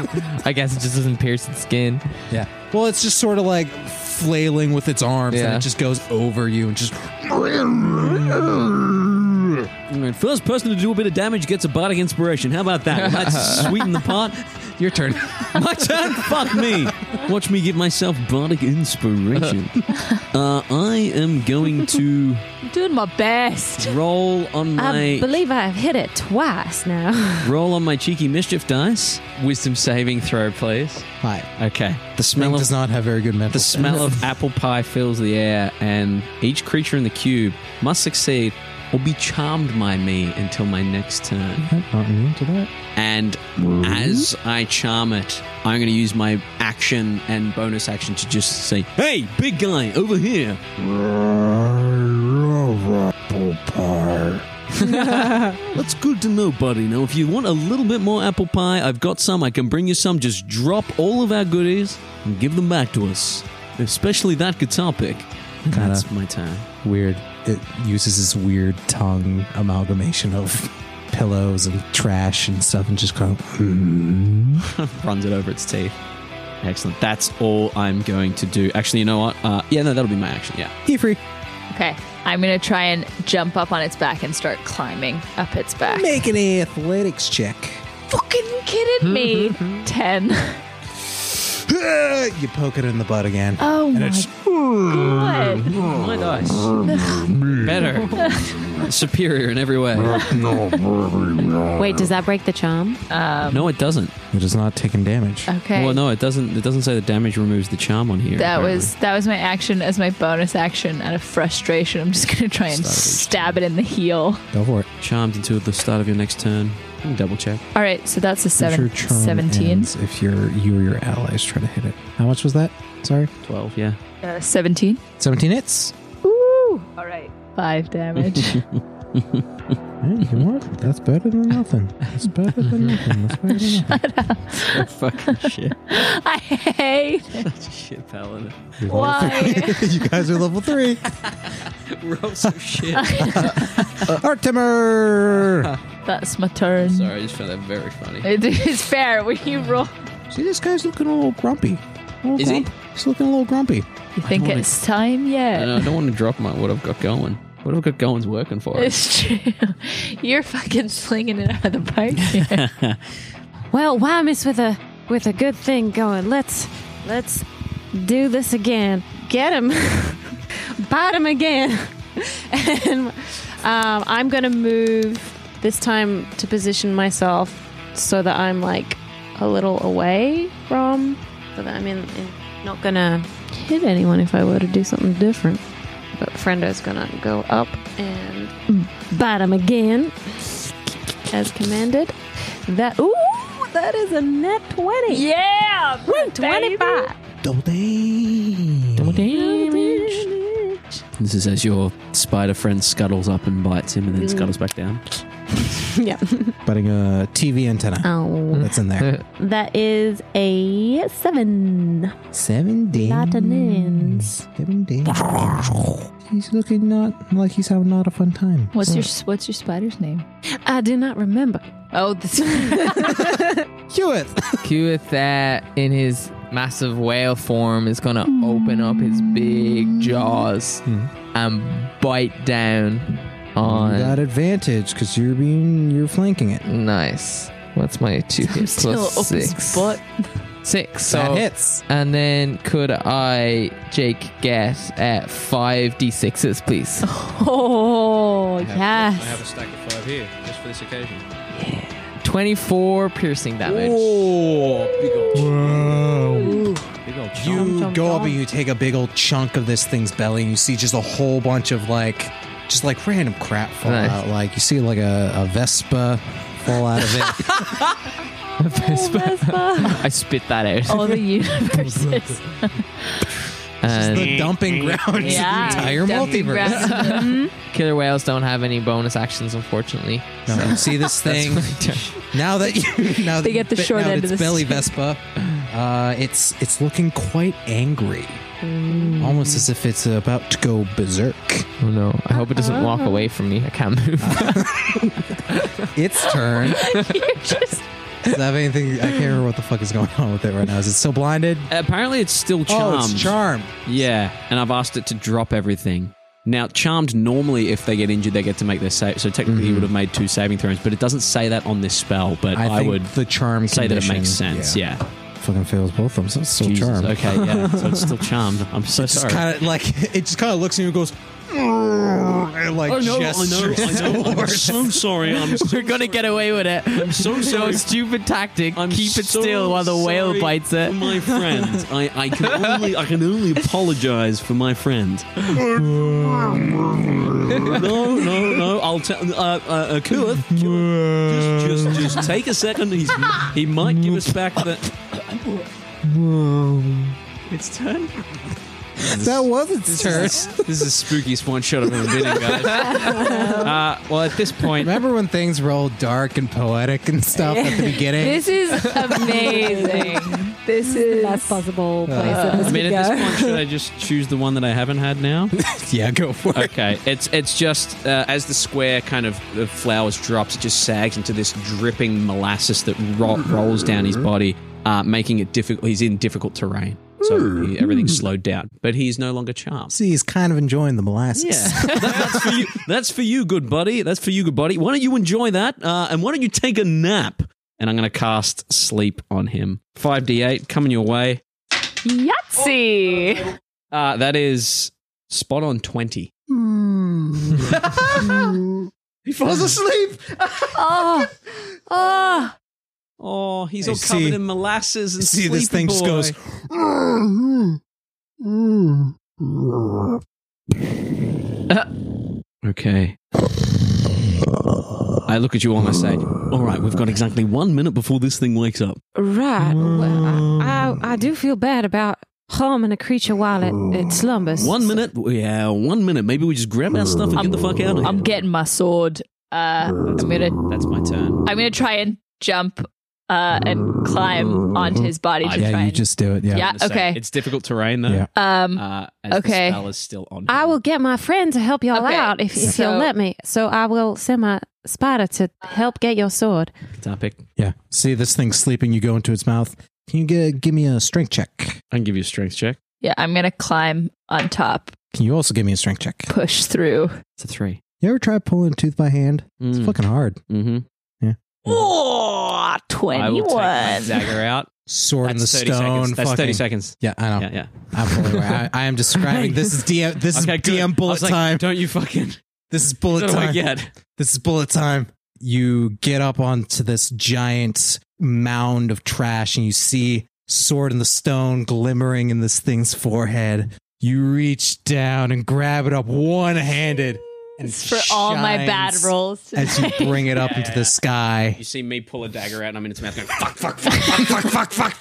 [SPEAKER 8] I guess it just doesn't pierce the skin.
[SPEAKER 3] Yeah. Well, it's just sort of like flailing with its arms and
[SPEAKER 8] Yeah.
[SPEAKER 3] it just goes over you and just.
[SPEAKER 6] <laughs>
[SPEAKER 2] All right, First person to do a bit of damage gets a bardic inspiration. How about that? Well, that's sweeten the pot.
[SPEAKER 12] Your turn.
[SPEAKER 13] <laughs> My turn. Fuck me. Watch me give myself bardic
[SPEAKER 6] <laughs>
[SPEAKER 13] inspiration. Uh, I am going to
[SPEAKER 5] Doing my best.
[SPEAKER 13] roll on
[SPEAKER 4] I
[SPEAKER 13] my
[SPEAKER 4] believe I've hit it twice now.
[SPEAKER 13] roll on my cheeky mischief dice.
[SPEAKER 6] Wisdom saving throw, please.
[SPEAKER 3] Hi.
[SPEAKER 6] Okay. The
[SPEAKER 3] Mel
[SPEAKER 6] smell
[SPEAKER 3] does
[SPEAKER 6] of
[SPEAKER 3] not have very good mental.
[SPEAKER 6] the smell
[SPEAKER 3] sense. <laughs>
[SPEAKER 6] of apple pie fills the air, and each creature in the cube must succeed or be charmed by me until my next turn.
[SPEAKER 3] Not immune to that.
[SPEAKER 6] And as I charm it, I'm going to use my action and bonus action to just say, "Hey, big guy, over here!" That's good to know, buddy. Now, if you want a little bit more apple pie, I've got some. I can bring you some. Just drop all of our goodies and give them back to us, especially that guitar pick. And
[SPEAKER 3] Kinda.
[SPEAKER 6] That's my turn.
[SPEAKER 3] Weird. It uses this weird tongue amalgamation of pillows and trash and stuff, and just going. "Hmm."
[SPEAKER 6] runs it over its teeth. Excellent. That's all I'm going to do. Actually, you know what? Uh, yeah, no, that'll be my action. Yeah.
[SPEAKER 3] Ifri,
[SPEAKER 5] Okay, I'm gonna try and jump up on its back and start climbing up its back.
[SPEAKER 3] make an athletics check. <laughs>
[SPEAKER 5] Fucking kidding me? <laughs> Ten.
[SPEAKER 3] You poke it in the butt again.
[SPEAKER 5] Oh my god.
[SPEAKER 6] My dice.
[SPEAKER 5] <laughs>
[SPEAKER 6] Better. Superior in every way.
[SPEAKER 14] Wait, does that break the charm?
[SPEAKER 6] no, it doesn't.
[SPEAKER 3] It is not taking damage.
[SPEAKER 5] Um, Okay.
[SPEAKER 6] Well, no, it doesn't. It doesn't say the damage removes the charm on here.
[SPEAKER 5] That
[SPEAKER 6] apparently.
[SPEAKER 5] was that was my action as my bonus action out of frustration. I'm just gonna try and stab it in the heel.
[SPEAKER 3] Go for it.
[SPEAKER 6] charmed until the start of your next turn. Let me Double check.
[SPEAKER 5] All right, so that's a seven,
[SPEAKER 3] If your charm
[SPEAKER 5] 17.
[SPEAKER 3] ends If your you or your allies try to hit it, how much was that? Sorry,
[SPEAKER 6] Twelve. Yeah.
[SPEAKER 5] Uh, 17.
[SPEAKER 3] seventeen hits.
[SPEAKER 5] Ooh. All right. Five damage. <laughs>
[SPEAKER 3] Hey, you know what? That's better than nothing. That's better than nothing. That's better
[SPEAKER 5] <laughs>
[SPEAKER 3] than nothing.
[SPEAKER 6] Fucking shit.
[SPEAKER 5] I hate.
[SPEAKER 6] shit paladin. <laughs>
[SPEAKER 5] Why?
[SPEAKER 3] you guys are level three.
[SPEAKER 6] Roll some <laughs> shit.
[SPEAKER 3] Artemer.
[SPEAKER 5] That's my turn.
[SPEAKER 6] Sorry, I just found that very funny.
[SPEAKER 5] It is fair when you roll.
[SPEAKER 3] See, this guy's looking a little grumpy. A little
[SPEAKER 6] Is he?
[SPEAKER 3] grump- He's looking a little grumpy.
[SPEAKER 5] You think
[SPEAKER 6] wanna-
[SPEAKER 5] it's time yet?
[SPEAKER 6] I don't want to drop my what I've got going. What I've got going's working for
[SPEAKER 5] <laughs> <laughs> It's
[SPEAKER 6] us.
[SPEAKER 5] true. You're fucking slinging it out of the park. here.
[SPEAKER 4] well, why miss with a with a good thing going? Let's let's do this again. Get him, <laughs> bite him again, <laughs> and um, I'm gonna move this time to position myself so that I'm like a little away from, so that I'm in, in not gonna hit anyone if I were to do something different. But Frendo's gonna go up and bite him again, as commanded. That ooh, that is a net twenty.
[SPEAKER 5] yeah, baby.
[SPEAKER 4] twenty-five.
[SPEAKER 3] Double day.
[SPEAKER 8] <laughs>
[SPEAKER 4] Damage.
[SPEAKER 6] <laughs> This is as your spider friend scuttles up and bites him and then scuttles back down.
[SPEAKER 4] Yeah.
[SPEAKER 3] Butting a TV antenna.
[SPEAKER 4] Oh,
[SPEAKER 3] That's in there.
[SPEAKER 4] that is a seven.
[SPEAKER 3] Seven days.
[SPEAKER 4] Not an ends.
[SPEAKER 3] Seven days. He's looking not like he's having not a fun time.
[SPEAKER 5] What's your What's your spider's name?
[SPEAKER 4] I do not remember.
[SPEAKER 5] Oh, this.
[SPEAKER 3] Hewitt?
[SPEAKER 8] Cueth there in his massive whale form is gonna open up his big jaws
[SPEAKER 3] Hmm.
[SPEAKER 8] and bite down
[SPEAKER 3] You
[SPEAKER 8] on.
[SPEAKER 3] got advantage because you're being you're flanking it.
[SPEAKER 8] Nice. What's my two hit plus
[SPEAKER 5] still opens
[SPEAKER 8] six?
[SPEAKER 5] butt.
[SPEAKER 8] Six. So
[SPEAKER 3] that hits.
[SPEAKER 8] and then could I, Jake, get at five d sixes, please?
[SPEAKER 4] Oh yes.
[SPEAKER 6] a stack of five here just for this occasion.
[SPEAKER 8] Twenty four piercing damage.
[SPEAKER 6] big old, big old
[SPEAKER 3] You go up and you take a big old chunk of this thing's belly, and you see just a whole bunch of like, just like random crap fall
[SPEAKER 8] Nice.
[SPEAKER 3] out. Like you see like a, a Vespa fall out of it.
[SPEAKER 8] I spit that out.
[SPEAKER 5] All the universes.
[SPEAKER 8] and
[SPEAKER 3] the dumping ground. is
[SPEAKER 5] yeah.
[SPEAKER 3] the entire
[SPEAKER 5] Dumping
[SPEAKER 3] multiverse.
[SPEAKER 5] ground.
[SPEAKER 8] killer whales don't have any bonus actions, unfortunately.
[SPEAKER 3] No, you see this thing. now that you now that
[SPEAKER 5] They get the
[SPEAKER 3] you've bitten
[SPEAKER 5] short
[SPEAKER 3] out
[SPEAKER 5] end of
[SPEAKER 3] its
[SPEAKER 5] the
[SPEAKER 3] belly
[SPEAKER 5] <laughs> stick.
[SPEAKER 3] Vespa, uh, it's it's looking quite angry,
[SPEAKER 5] Mm.
[SPEAKER 3] almost as if it's about to go berserk.
[SPEAKER 8] Oh no! I hope it doesn't walk away from me. I can't <laughs> move.
[SPEAKER 3] Its turn.
[SPEAKER 5] You're just
[SPEAKER 3] Does it have anything? I can't remember what the fuck is going on with it right now. Is it still blinded?
[SPEAKER 6] Apparently, it's still charmed.
[SPEAKER 3] Oh, it's Oh, charmed.
[SPEAKER 6] Yeah, and I've asked it to drop everything. Now, charmed normally, if they get injured, they get to make their save. So technically, he
[SPEAKER 3] Mhm.
[SPEAKER 6] would have made two saving throws, but it doesn't say that on this spell. But I,
[SPEAKER 3] think
[SPEAKER 6] would
[SPEAKER 3] the charm
[SPEAKER 6] say that it
[SPEAKER 3] condition-
[SPEAKER 6] makes sense. Yeah,
[SPEAKER 3] fucking fails both of them. So it's still
[SPEAKER 6] Jesus.
[SPEAKER 3] charm.
[SPEAKER 6] Okay, yeah. So it's still charmed. I'm so
[SPEAKER 3] It's
[SPEAKER 6] sorry.
[SPEAKER 3] kind of like <laughs> it just kind of looks at you and goes. And
[SPEAKER 6] Oh,
[SPEAKER 3] like gestures <laughs> towards-
[SPEAKER 6] sorry. I'm
[SPEAKER 2] We're gonna get away with it. I'm <laughs>
[SPEAKER 6] so sorry.
[SPEAKER 2] stupid tactic.
[SPEAKER 6] I'm
[SPEAKER 2] Keep it
[SPEAKER 6] so
[SPEAKER 2] still while the whale
[SPEAKER 6] sorry
[SPEAKER 2] bites it.
[SPEAKER 6] for my friend. I, I can
[SPEAKER 2] <laughs>
[SPEAKER 6] only I can only apologize for my friend. no, no, no. I'll tell uh, uh, uh, Kulith, Kulith, Just, just, just take a second. He's he might give us back the. It's turn.
[SPEAKER 3] That was its turn.
[SPEAKER 6] <laughs> This is the spookiest one shot I've ever been in, guys. Uh, well, at this point,
[SPEAKER 3] Remember when things were all dark and poetic and stuff at the beginning?
[SPEAKER 5] This is amazing. this is
[SPEAKER 15] Last possible
[SPEAKER 5] Uh,
[SPEAKER 15] place that
[SPEAKER 6] I
[SPEAKER 15] this
[SPEAKER 6] mean,
[SPEAKER 15] could
[SPEAKER 6] at
[SPEAKER 15] go.
[SPEAKER 6] this point, should I just choose the one that I haven't had now?
[SPEAKER 3] yeah, go for it.
[SPEAKER 6] Okay, it's it's just uh, as the square kind of the flowers drops, it just sags into this dripping molasses that ro- rolls down his body, uh, making it difficult. He's in difficult terrain, so he, everything's slowed down. But he's no longer charmed.
[SPEAKER 3] See, he's kind of enjoying the molasses.
[SPEAKER 6] Yeah, <laughs> That- that's for you. That's for you, good buddy. That's for you, good buddy. Why don't you enjoy that? Uh, and why don't you take a nap? And I'm going to cast sleep on him. Five d8 coming your way.
[SPEAKER 5] Yahtzee.
[SPEAKER 6] Uh, that is spot on twenty.
[SPEAKER 3] He falls asleep.
[SPEAKER 5] Oh, oh.
[SPEAKER 6] Oh, he's
[SPEAKER 3] Hey,
[SPEAKER 6] all covered
[SPEAKER 3] see-
[SPEAKER 6] in molasses and
[SPEAKER 3] See, this
[SPEAKER 6] sleepy
[SPEAKER 3] thing just
[SPEAKER 6] boy.
[SPEAKER 3] goes.
[SPEAKER 6] Okay. I look at you all and I say, "All right, we've got exactly one minute before this thing wakes up."
[SPEAKER 4] Right. Well, I, I, I do feel bad about harming a creature while it, it slumbers.
[SPEAKER 6] One minute, yeah, one minute. Maybe we just grab our stuff and get the fuck out of here.
[SPEAKER 5] I'm getting my sword. Uh, I'm gonna
[SPEAKER 6] That's my turn.
[SPEAKER 5] I'm gonna try and jump uh, and climb onto his body to try
[SPEAKER 3] Yeah, you
[SPEAKER 5] and
[SPEAKER 3] just do it. Yeah.
[SPEAKER 5] Yeah.
[SPEAKER 6] I'm gonna say,
[SPEAKER 5] okay.
[SPEAKER 6] It's difficult terrain though.
[SPEAKER 3] Yeah.
[SPEAKER 5] um
[SPEAKER 6] Uh, as
[SPEAKER 5] Okay.
[SPEAKER 6] The spell is still on.
[SPEAKER 4] I
[SPEAKER 6] him.
[SPEAKER 4] will get my friend to help y'all
[SPEAKER 5] Okay,
[SPEAKER 4] out if, if
[SPEAKER 5] so-
[SPEAKER 4] you'll let me. So I will send my spider to help get your sword.
[SPEAKER 6] topic.
[SPEAKER 3] Yeah. See, this thing's sleeping. You go into its mouth. Can you g- give me a strength check?
[SPEAKER 6] I can give you a strength check.
[SPEAKER 5] yeah, I'm gonna climb on top,
[SPEAKER 3] Can you also give me a strength check?
[SPEAKER 5] push through.
[SPEAKER 6] It's a three.
[SPEAKER 3] You ever try pulling a tooth by hand? It's fucking hard.
[SPEAKER 6] Mm-hmm.
[SPEAKER 5] Oh,
[SPEAKER 6] I will take
[SPEAKER 5] 21.
[SPEAKER 6] my dagger out.
[SPEAKER 3] Sword in the
[SPEAKER 6] That's 30
[SPEAKER 3] stone.
[SPEAKER 6] seconds. That's
[SPEAKER 3] fucking-
[SPEAKER 6] thirty seconds.
[SPEAKER 3] Yeah, I know.
[SPEAKER 6] Yeah, yeah.
[SPEAKER 3] I'm fully aware. I, I am describing. This is DM. This is
[SPEAKER 6] <laughs> Okay, good. I
[SPEAKER 3] DM
[SPEAKER 6] was
[SPEAKER 3] bullet
[SPEAKER 6] like,
[SPEAKER 3] time.
[SPEAKER 6] Don't you fucking.
[SPEAKER 3] This is bullet
[SPEAKER 6] What do <laughs> I
[SPEAKER 3] time.
[SPEAKER 6] get?
[SPEAKER 3] This is bullet time. You get up onto this giant mound of trash and you see sword in the stone glimmering in this thing's forehead. You reach down and grab it up one handed. And
[SPEAKER 5] It's <laughs> for all my bad
[SPEAKER 3] shines
[SPEAKER 5] rolls.
[SPEAKER 3] As you bring it up
[SPEAKER 6] Yeah,
[SPEAKER 3] into
[SPEAKER 6] yeah.
[SPEAKER 3] the sky.
[SPEAKER 6] You see me pull a dagger out and I'm in its <laughs> mouth going, fuck, fuck, fuck.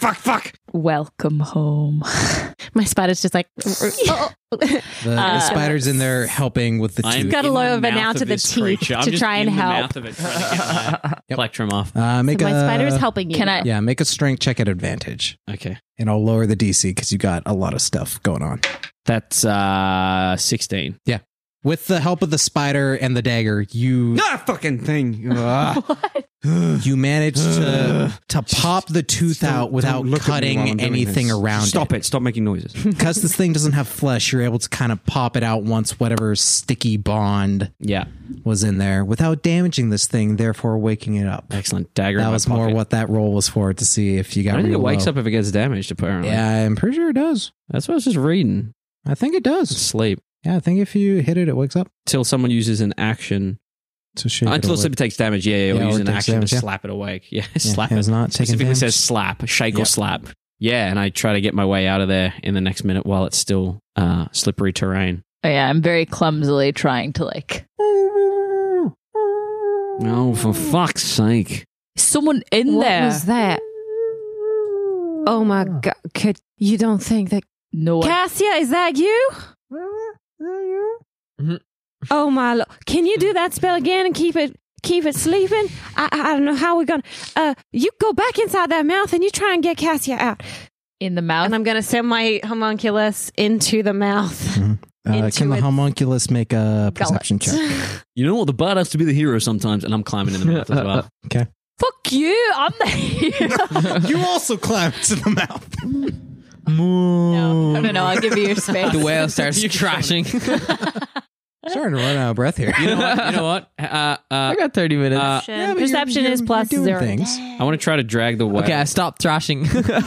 [SPEAKER 5] Welcome home.
[SPEAKER 4] <laughs> My spider's just like,
[SPEAKER 3] The, the
[SPEAKER 5] Uh,
[SPEAKER 3] spider's in there helping with the
[SPEAKER 6] I'm
[SPEAKER 3] tooth.
[SPEAKER 4] Gotta
[SPEAKER 6] in
[SPEAKER 4] lower
[SPEAKER 6] the
[SPEAKER 4] it
[SPEAKER 6] mouth
[SPEAKER 4] down
[SPEAKER 6] of
[SPEAKER 4] to the
[SPEAKER 6] this
[SPEAKER 4] teeth
[SPEAKER 6] creature. I'm
[SPEAKER 4] to
[SPEAKER 6] just
[SPEAKER 4] try and
[SPEAKER 6] in the
[SPEAKER 4] help.
[SPEAKER 6] mouth of it trying to get
[SPEAKER 3] <laughs>
[SPEAKER 6] my plectrum off.
[SPEAKER 3] Uh, make
[SPEAKER 15] my
[SPEAKER 3] a,
[SPEAKER 15] spider is helping you.
[SPEAKER 5] Can I?
[SPEAKER 3] Yeah, make a strength check at advantage.
[SPEAKER 6] Okay.
[SPEAKER 3] And I'll lower the DC because you got a lot of stuff going on.
[SPEAKER 6] That's uh, 16.
[SPEAKER 3] With the help of the spider and the dagger, you
[SPEAKER 6] Ah, fucking thing. <laughs>
[SPEAKER 3] you manage
[SPEAKER 6] <sighs>
[SPEAKER 3] to to pop the tooth out without cutting anything around
[SPEAKER 6] Stop it. Stop making noises.
[SPEAKER 3] <laughs> Because this thing doesn't have flesh, you're able to kind of pop it out once whatever sticky bond
[SPEAKER 6] yeah.
[SPEAKER 3] was in there without damaging this thing, therefore waking it up.
[SPEAKER 6] Excellent. Dagger. in
[SPEAKER 3] That
[SPEAKER 6] my
[SPEAKER 3] was more
[SPEAKER 6] pocket.
[SPEAKER 3] what that roll was for to see if you
[SPEAKER 6] I
[SPEAKER 3] got.
[SPEAKER 6] don't think it
[SPEAKER 3] real
[SPEAKER 6] wakes
[SPEAKER 3] low.
[SPEAKER 6] up if it gets damaged, apparently.
[SPEAKER 3] Yeah, I'm pretty sure it does.
[SPEAKER 6] That's what I was just reading.
[SPEAKER 3] I think it does.
[SPEAKER 6] Sleep.
[SPEAKER 3] Yeah, I think if you hit it, it wakes up.
[SPEAKER 6] Till someone uses an action.
[SPEAKER 3] So shake it
[SPEAKER 6] Until
[SPEAKER 3] awake.
[SPEAKER 6] sleep takes damage. Yeah, yeah.
[SPEAKER 3] Yeah,
[SPEAKER 6] Or
[SPEAKER 3] or
[SPEAKER 6] use an
[SPEAKER 3] takes
[SPEAKER 6] action
[SPEAKER 3] damage,
[SPEAKER 6] to
[SPEAKER 3] yeah.
[SPEAKER 6] slap it awake. <laughs> Yeah.
[SPEAKER 3] Yeah,
[SPEAKER 6] slap
[SPEAKER 3] it
[SPEAKER 6] it.
[SPEAKER 3] was not taking
[SPEAKER 6] specifically
[SPEAKER 3] damage.
[SPEAKER 6] says slap, shake
[SPEAKER 3] Yeah.
[SPEAKER 6] or slap. Yeah, and I try to get my way out of there in the next minute while it's still uh, slippery terrain.
[SPEAKER 5] Oh, yeah, I'm very clumsily trying to like.
[SPEAKER 6] Oh, for fuck's sake!
[SPEAKER 5] Someone in
[SPEAKER 4] what
[SPEAKER 5] there.
[SPEAKER 4] was that? Oh my god! Could you don't think that
[SPEAKER 5] No one.
[SPEAKER 4] Cassia is that you?
[SPEAKER 2] Mhm.
[SPEAKER 4] Oh my! Lo- Can you do that spell again and keep it keep it sleeping? I I I don't know how we're gonna. Uh, you go back inside that mouth and you try and get Cassia out.
[SPEAKER 5] in the mouth.
[SPEAKER 4] And I'm gonna send my homunculus into the mouth.
[SPEAKER 3] Uh,
[SPEAKER 5] into
[SPEAKER 3] can the
[SPEAKER 5] its
[SPEAKER 3] homunculus make a perception check?
[SPEAKER 6] You know what? The bard has to be the hero sometimes, and I'm climbing in the mouth as well.
[SPEAKER 5] Fuck you! I'm the <laughs> hero.
[SPEAKER 3] you also climbed to the mouth. <laughs>
[SPEAKER 5] no, no, no, I'll give you your space.
[SPEAKER 8] <laughs>
[SPEAKER 2] The whale starts trashing.
[SPEAKER 3] starting to run out of breath
[SPEAKER 6] <laughs>
[SPEAKER 3] here.
[SPEAKER 6] You know what? You know what? Uh, uh,
[SPEAKER 8] I got 30 minutes.
[SPEAKER 6] Uh,
[SPEAKER 16] Perception,
[SPEAKER 3] Yeah, but you're-
[SPEAKER 16] Perception
[SPEAKER 3] you're-
[SPEAKER 16] is
[SPEAKER 3] you're
[SPEAKER 16] plus
[SPEAKER 3] doing
[SPEAKER 16] zero.
[SPEAKER 3] things.
[SPEAKER 6] I want to try to drag the whale.
[SPEAKER 8] okay, I stopped thrashing.
[SPEAKER 5] was gonna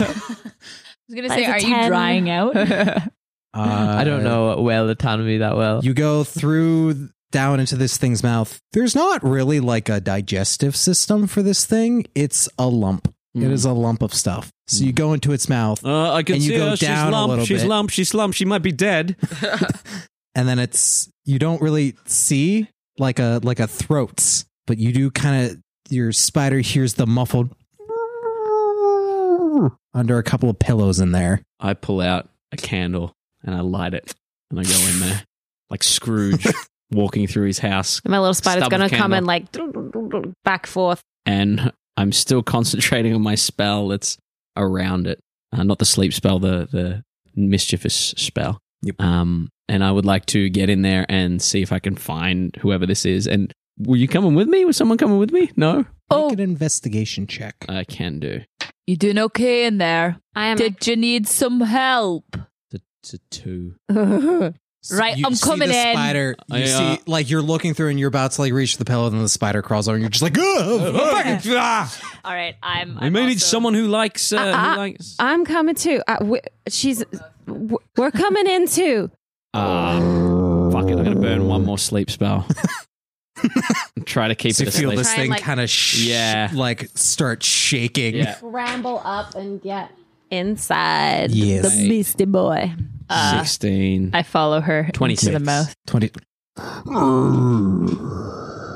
[SPEAKER 16] That's
[SPEAKER 5] say,
[SPEAKER 16] a
[SPEAKER 5] are you
[SPEAKER 16] 10.
[SPEAKER 5] drying out?
[SPEAKER 3] Uh,
[SPEAKER 8] <laughs> I don't <laughs> know whale autonomy that well. <laughs>
[SPEAKER 3] You go through th- down into this thing's mouth. There's not really like a digestive system for this thing. It's a lump. It
[SPEAKER 8] Hmm.
[SPEAKER 3] is a lump of stuff. So you go into its mouth,
[SPEAKER 6] Uh, I can
[SPEAKER 3] And you
[SPEAKER 6] see
[SPEAKER 3] go
[SPEAKER 6] her. She's
[SPEAKER 3] down a
[SPEAKER 6] lump.
[SPEAKER 3] little
[SPEAKER 6] She's
[SPEAKER 3] bit.
[SPEAKER 6] lump. She's lump. She might be dead.
[SPEAKER 3] and then it's you don't really see like a like a throat, but you do kind of your spider hears the muffled <laughs> under a couple of pillows in there.
[SPEAKER 6] I pull out a candle and I light it and I go in there
[SPEAKER 3] <laughs>
[SPEAKER 6] like Scrooge walking through his house
[SPEAKER 4] <laughs> My little spider's
[SPEAKER 6] Stub of
[SPEAKER 4] gonna come
[SPEAKER 6] candle.
[SPEAKER 4] and like back forth.
[SPEAKER 6] and I'm still concentrating on my spell that's around it, uh, not the sleep spell, the the mischievous spell.
[SPEAKER 3] Yep.
[SPEAKER 6] Um, and I would like to get in there and see if I can find whoever this is. And were you coming with me? Was someone coming with me? No,
[SPEAKER 5] Oh.
[SPEAKER 3] Make an investigation check.
[SPEAKER 6] I can do.
[SPEAKER 5] you doing okay in there?
[SPEAKER 4] I am.
[SPEAKER 5] Did you need some help?
[SPEAKER 6] It's a, it's a two.
[SPEAKER 5] Right, I'm coming
[SPEAKER 3] the
[SPEAKER 5] in.
[SPEAKER 3] Spider, you
[SPEAKER 6] I, uh,
[SPEAKER 3] see, like you're looking through, and you're about to like reach the pillow, and then the spider crawls over, and you're just like,
[SPEAKER 6] <laughs>
[SPEAKER 3] "Ugh, fuck, ah."
[SPEAKER 5] All right, I'm.
[SPEAKER 6] I may need someone who likes. Uh,
[SPEAKER 4] Uh,
[SPEAKER 5] Uh-huh.
[SPEAKER 4] uh,
[SPEAKER 6] who likes.
[SPEAKER 4] I'm coming too. Uh, we, she's. w- We're coming in too.
[SPEAKER 6] Ah, fuck it! I'm gonna burn one more
[SPEAKER 3] <laughs>
[SPEAKER 6] sleep spell. Try to keep
[SPEAKER 3] So you
[SPEAKER 6] it
[SPEAKER 3] feel
[SPEAKER 6] asleep.
[SPEAKER 3] this
[SPEAKER 4] Try and,
[SPEAKER 3] thing
[SPEAKER 4] like-
[SPEAKER 3] kind of, sh-
[SPEAKER 6] Yeah.
[SPEAKER 3] like start shaking.
[SPEAKER 6] Yeah.
[SPEAKER 16] Scramble up and get.
[SPEAKER 4] Inside
[SPEAKER 3] Yes.
[SPEAKER 4] the Beastie Boy.
[SPEAKER 5] Uh,
[SPEAKER 6] Sixteen.
[SPEAKER 5] I follow her into
[SPEAKER 6] 26.
[SPEAKER 5] the mouth.
[SPEAKER 3] Twenty.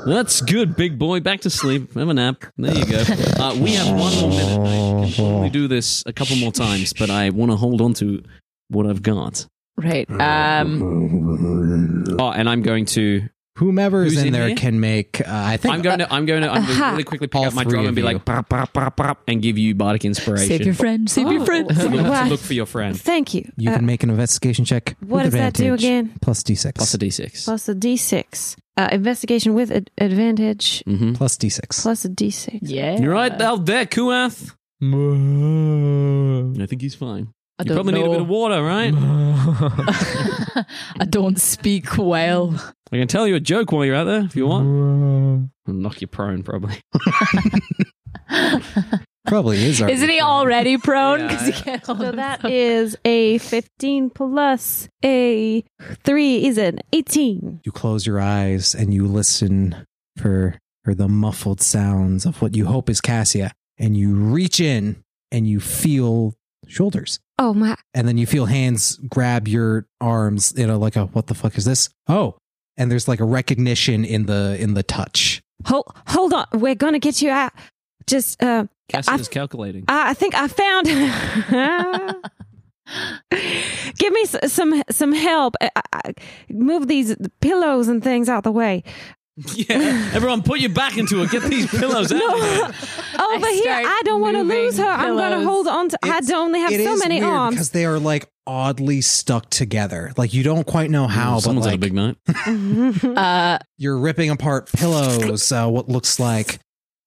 [SPEAKER 6] That's good, big boy. Back to sleep. Have a nap. There you go. Uh, we have one more minute. I can probably do this a couple more times, but I want to hold on to what I've got.
[SPEAKER 5] Right. Um.
[SPEAKER 6] Oh, and I'm going to.
[SPEAKER 3] Whomever is
[SPEAKER 6] Who's
[SPEAKER 3] in,
[SPEAKER 6] in
[SPEAKER 3] there
[SPEAKER 6] here?
[SPEAKER 3] can make. Uh, I think
[SPEAKER 6] I'm going to. I'm going to. I'm
[SPEAKER 5] Uh-huh.
[SPEAKER 6] going to really quickly pick
[SPEAKER 3] All
[SPEAKER 6] up my
[SPEAKER 3] three
[SPEAKER 6] drum and
[SPEAKER 3] of
[SPEAKER 6] be
[SPEAKER 3] you.
[SPEAKER 6] like, "Pop, pop, pop, pop," and give you bardic inspiration.
[SPEAKER 5] Save your friend. Save
[SPEAKER 6] Oh.
[SPEAKER 5] your friend.
[SPEAKER 6] <laughs> To look, to
[SPEAKER 4] Wow.
[SPEAKER 6] look for your friend.
[SPEAKER 4] Thank you.
[SPEAKER 3] you
[SPEAKER 4] Uh,
[SPEAKER 3] can make an investigation check. with
[SPEAKER 4] what does that do
[SPEAKER 3] advantage,
[SPEAKER 4] again?
[SPEAKER 3] Plus d6.
[SPEAKER 6] Plus a d6.
[SPEAKER 4] Plus a d6. Uh, investigation with ad- advantage.
[SPEAKER 6] Mm-hmm.
[SPEAKER 3] Plus d6.
[SPEAKER 4] Plus a d6.
[SPEAKER 5] Yeah.
[SPEAKER 6] You're right out there, Kuath. I think he's fine.
[SPEAKER 5] I
[SPEAKER 6] You
[SPEAKER 5] don't
[SPEAKER 6] probably
[SPEAKER 5] know.
[SPEAKER 6] need a bit of water, right?
[SPEAKER 5] <laughs> I don't speak well.
[SPEAKER 6] I can tell you a joke while you're out there if you want. I'll knock you prone, probably.
[SPEAKER 3] Probably
[SPEAKER 4] <laughs>
[SPEAKER 3] is. already
[SPEAKER 5] Isn't he
[SPEAKER 3] prone.
[SPEAKER 5] already prone?
[SPEAKER 8] Yeah,
[SPEAKER 5] 'Cause he can't hold
[SPEAKER 4] So that
[SPEAKER 5] himself.
[SPEAKER 4] is a 15 plus a 3 is an 18.
[SPEAKER 3] You close your eyes and you listen for for the muffled sounds of what you hope is Cassia, and you reach in and you feel shoulders,
[SPEAKER 4] Oh my.
[SPEAKER 3] and then you feel hands grab your arms. You know, like a what the fuck is this? Oh, and there's like a recognition in the in the touch.
[SPEAKER 4] Hold, hold on. We're going to get you out. Just, uh,
[SPEAKER 6] Cassidy's calculating.
[SPEAKER 4] I I think I found. <laughs> Give me s- some some help. I, I- I- move these pillows and things out the way.
[SPEAKER 6] <laughs> Yeah, everyone, put your back into it. Get these pillows out. of here.
[SPEAKER 4] Over here,
[SPEAKER 5] start
[SPEAKER 4] I don't want to
[SPEAKER 5] moving
[SPEAKER 4] lose her. I'm going
[SPEAKER 5] pillows.
[SPEAKER 4] to hold on to.
[SPEAKER 3] It's-
[SPEAKER 4] I only have
[SPEAKER 3] It
[SPEAKER 4] so
[SPEAKER 3] is
[SPEAKER 4] many
[SPEAKER 3] weird
[SPEAKER 4] arms.
[SPEAKER 3] because they are like oddly stuck together. Like you don't quite know how, but
[SPEAKER 6] Someone's had
[SPEAKER 3] like
[SPEAKER 6] a big night.
[SPEAKER 5] Uh,
[SPEAKER 3] you're ripping apart pillows, uh, what looks like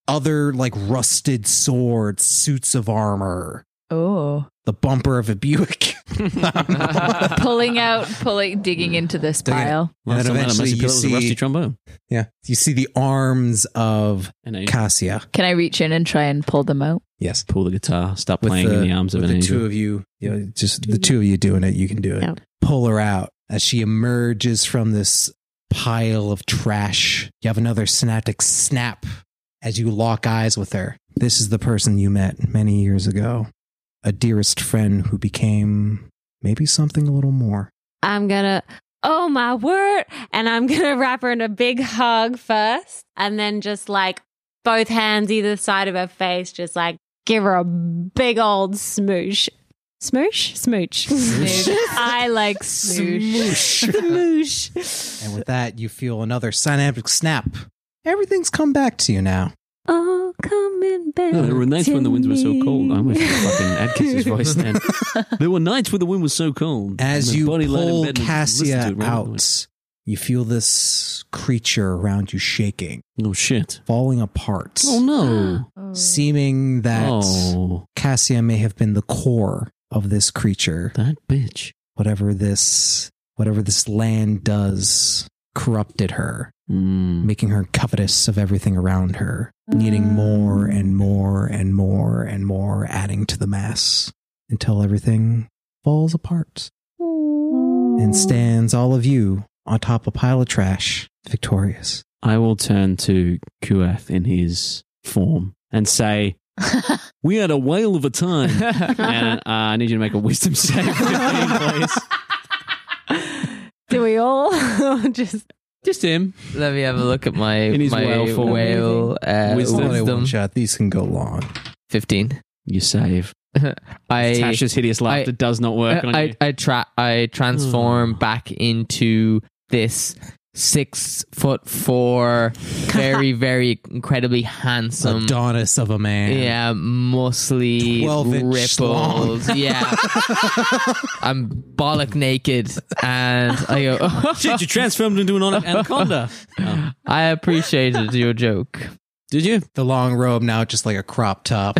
[SPEAKER 3] other like rusted swords, suits of armor,
[SPEAKER 6] <laughs>
[SPEAKER 5] oh.
[SPEAKER 3] the bumper of a Buick. <laughs>
[SPEAKER 5] Pulling out, pulling, digging
[SPEAKER 6] Mm.
[SPEAKER 5] into this
[SPEAKER 3] Dig it.
[SPEAKER 5] pile.
[SPEAKER 3] And
[SPEAKER 6] Last time I had a
[SPEAKER 3] eventually
[SPEAKER 6] messy
[SPEAKER 3] you
[SPEAKER 6] pillow it was a
[SPEAKER 3] see-
[SPEAKER 6] rusty trombone.
[SPEAKER 3] yeah, you see the arms of
[SPEAKER 6] And I
[SPEAKER 3] Cassia.
[SPEAKER 5] Can I reach in and try and pull them out?
[SPEAKER 3] Yes,
[SPEAKER 6] pull the guitar, stop playing in the arms of
[SPEAKER 3] with the
[SPEAKER 6] an angel.
[SPEAKER 3] two of you, you know, just the two of you doing it. You can do it.
[SPEAKER 4] Yeah.
[SPEAKER 3] Pull her out as she emerges from this pile of trash. You have another synaptic snap as you lock eyes with her. This is the person you met many years ago, a dearest friend who became maybe something a little more.
[SPEAKER 4] I'm gonna, oh my word. And I'm gonna wrap her in a big hug first and then just like both hands either side of her face, just like give her a big old smoosh. Smoosh? Smooch. I like smoosh. Smoosh.
[SPEAKER 3] And with that, you feel another synaptic snap. Everything's come back to you now.
[SPEAKER 4] Oh, coming back.
[SPEAKER 6] No, there were nights
[SPEAKER 4] to
[SPEAKER 6] when the winds were so cold. I
[SPEAKER 4] me.
[SPEAKER 6] almost did
[SPEAKER 3] <laughs>
[SPEAKER 4] <laughs>
[SPEAKER 6] fucking Atkins's voice then. There were nights when the wind was so cold.
[SPEAKER 3] As
[SPEAKER 6] and my
[SPEAKER 3] you
[SPEAKER 6] body laid in
[SPEAKER 3] pull
[SPEAKER 6] bed and listened to
[SPEAKER 3] Cassia
[SPEAKER 6] it rather than-
[SPEAKER 3] out, you feel this creature around you shaking,
[SPEAKER 6] Oh shit!
[SPEAKER 3] falling apart,
[SPEAKER 6] Oh no! <gasps>
[SPEAKER 3] seeming that
[SPEAKER 6] Oh,
[SPEAKER 3] Cassia may have been the core of this creature.
[SPEAKER 6] that bitch!
[SPEAKER 3] Whatever this, whatever this land does, corrupted her,
[SPEAKER 6] Hmm.
[SPEAKER 17] Mm.
[SPEAKER 3] making her covetous of everything around her,
[SPEAKER 6] Ah.
[SPEAKER 3] needing more and more and more and more, adding to the mass until everything falls apart
[SPEAKER 6] Ah.
[SPEAKER 3] and stands all of you on top of a pile of trash, victorious.
[SPEAKER 6] I will turn to Kuath in his form and <laughs> say, "We had a whale of a time, <laughs> and uh, I need you to make a wisdom save, 15, <laughs> please."
[SPEAKER 4] Do we all <laughs> just
[SPEAKER 6] Just him.
[SPEAKER 8] Let me have a look at my
[SPEAKER 6] In his
[SPEAKER 8] my
[SPEAKER 6] whale form.
[SPEAKER 8] whale, uh,
[SPEAKER 6] Wisdom.
[SPEAKER 8] wisdom.
[SPEAKER 6] Only
[SPEAKER 3] shot. These can go long.
[SPEAKER 8] Fifteen.
[SPEAKER 6] You save.
[SPEAKER 8] I
[SPEAKER 6] Tasha's hideous laughter does not work on
[SPEAKER 8] I,
[SPEAKER 6] you.
[SPEAKER 8] I, I tra- I transform back into this six foot <laughs> four, very very incredibly handsome,
[SPEAKER 3] Adonis of a man.
[SPEAKER 8] Um, yeah, muscly,
[SPEAKER 3] 12 inch
[SPEAKER 8] rippled, yeah. I'm bollock naked, and I go. "Oh,
[SPEAKER 6] Shit, you transformed into an anaconda. Oh.
[SPEAKER 8] I appreciated your joke.
[SPEAKER 6] <laughs>
[SPEAKER 8] <laughs>
[SPEAKER 6] Did you?
[SPEAKER 3] The long robe now just like a crop top.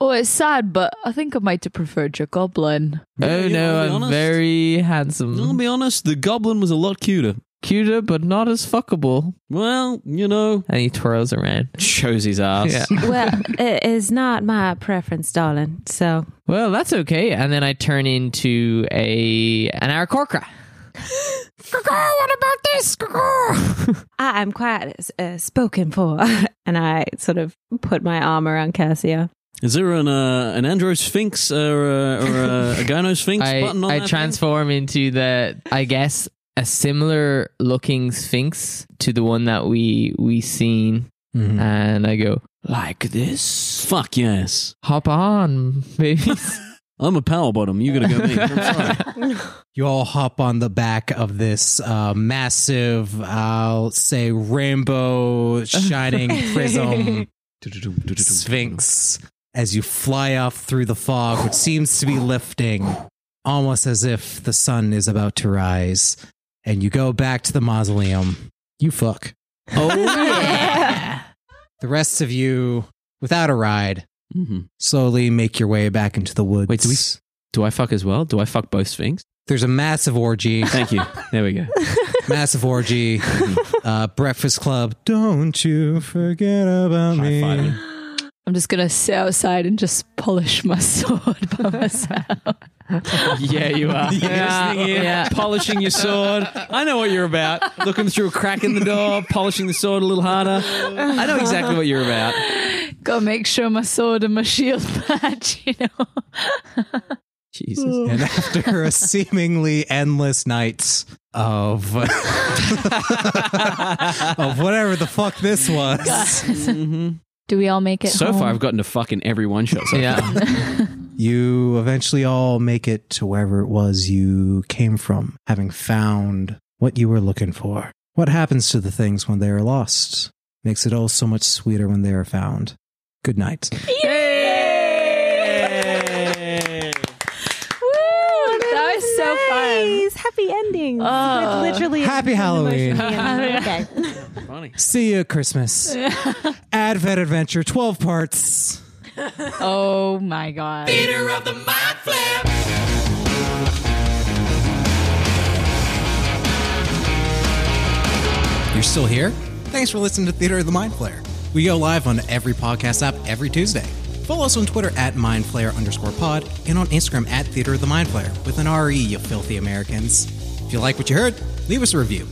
[SPEAKER 5] Oh, it's sad, but I think I might have preferred your goblin.
[SPEAKER 8] Oh
[SPEAKER 6] You know,
[SPEAKER 8] no,
[SPEAKER 6] I'll be
[SPEAKER 8] I'm
[SPEAKER 6] honest.
[SPEAKER 8] very
[SPEAKER 6] I'll
[SPEAKER 8] handsome.
[SPEAKER 6] be honest, the goblin was a lot cuter.
[SPEAKER 8] Cuter, but not as fuckable.
[SPEAKER 6] Well, you know,
[SPEAKER 8] And he twirls around.
[SPEAKER 6] shows his ass.
[SPEAKER 8] Yeah.
[SPEAKER 4] well, it is not my preference, darling. So
[SPEAKER 8] Well, that's okay. And then I turn into a an Aracorcra. what about this? <laughs>
[SPEAKER 4] I am quite uh, spoken for, <laughs> and I sort of put my arm around Cassia.
[SPEAKER 6] Is there an uh, an Andro Sphinx or, a, or uh, a, a Gyno Sphinx
[SPEAKER 8] I,
[SPEAKER 6] button on
[SPEAKER 8] I
[SPEAKER 6] that
[SPEAKER 8] transform into the, I guess, a similar looking Sphinx to the one that we we seen,
[SPEAKER 6] Hmm. Mm-hmm.
[SPEAKER 3] Mhm.
[SPEAKER 8] and I go
[SPEAKER 6] like this? Fuck yes.
[SPEAKER 8] hop on, babies.
[SPEAKER 6] I'm a power bottom. You gotta go me. <laughs> I'm sorry.
[SPEAKER 3] You all hop on the back of this uh, massive, I'll say, rainbow shining prism sphinx as you fly off through the fog, which seems to be lifting almost as if the sun is about to rise. And you go back to the mausoleum. You fuck.
[SPEAKER 6] Oh,
[SPEAKER 3] The rest of you, without a ride,
[SPEAKER 6] hmm
[SPEAKER 3] slowly make your way back into the woods.
[SPEAKER 6] Wait, do we- Do I fuck as well? Do I fuck both Sphinx?
[SPEAKER 3] There's a massive orgy.
[SPEAKER 6] Thank you. There <laughs> we go.
[SPEAKER 3] massive orgy, uh, Breakfast Club. Don't you forget about me.
[SPEAKER 6] High five.
[SPEAKER 5] I'm just gonna sit outside and just polish my <laughs> sword by myself.
[SPEAKER 6] <laughs> Yeah, you
[SPEAKER 8] <laughs>
[SPEAKER 6] are.
[SPEAKER 8] Yeah,
[SPEAKER 6] Listening in,
[SPEAKER 8] yeah.
[SPEAKER 6] Polishing your sword. I know what you're about. Looking through a crack in the door, polishing the sword a little harder. <laughs> I know exactly what you're about.
[SPEAKER 5] Gotta make sure my sword and my shield <laughs> match, you know.
[SPEAKER 6] <laughs> Jesus.
[SPEAKER 3] And after a seemingly endless night of <laughs> of whatever the fuck this was,
[SPEAKER 6] hmm
[SPEAKER 5] Do we all make it?
[SPEAKER 6] So
[SPEAKER 5] home?
[SPEAKER 6] far, I've gotten to fucking every one shot. So far.
[SPEAKER 8] yeah,
[SPEAKER 3] you eventually all make it to wherever it was you came from, having found what you were looking for. What happens to the things when they are lost makes it all so much sweeter when they are found. Good night.
[SPEAKER 5] Woo! Oh, That was so fun.
[SPEAKER 18] Nice. Happy endings.
[SPEAKER 5] Oh.
[SPEAKER 18] With literally
[SPEAKER 3] Happy Halloween.
[SPEAKER 4] <laughs>
[SPEAKER 18] okay.
[SPEAKER 6] Funny.
[SPEAKER 3] See you at Christmas. Advent Adventure, 12 parts.
[SPEAKER 5] Oh my god.
[SPEAKER 19] Theater of the Mind Flip.
[SPEAKER 3] You're still here? Thanks for listening to Theater of the Mind Flare. We go live on every podcast app every Tuesday. Follow us on Twitter at mindflayer underscore pod and on Instagram at Theater of the Mind Flare with an RE, you filthy Americans. If you like what you heard, leave us a review.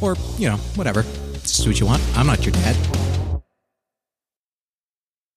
[SPEAKER 3] Or, you know, whatever. Just do what you want. I'm not your dad.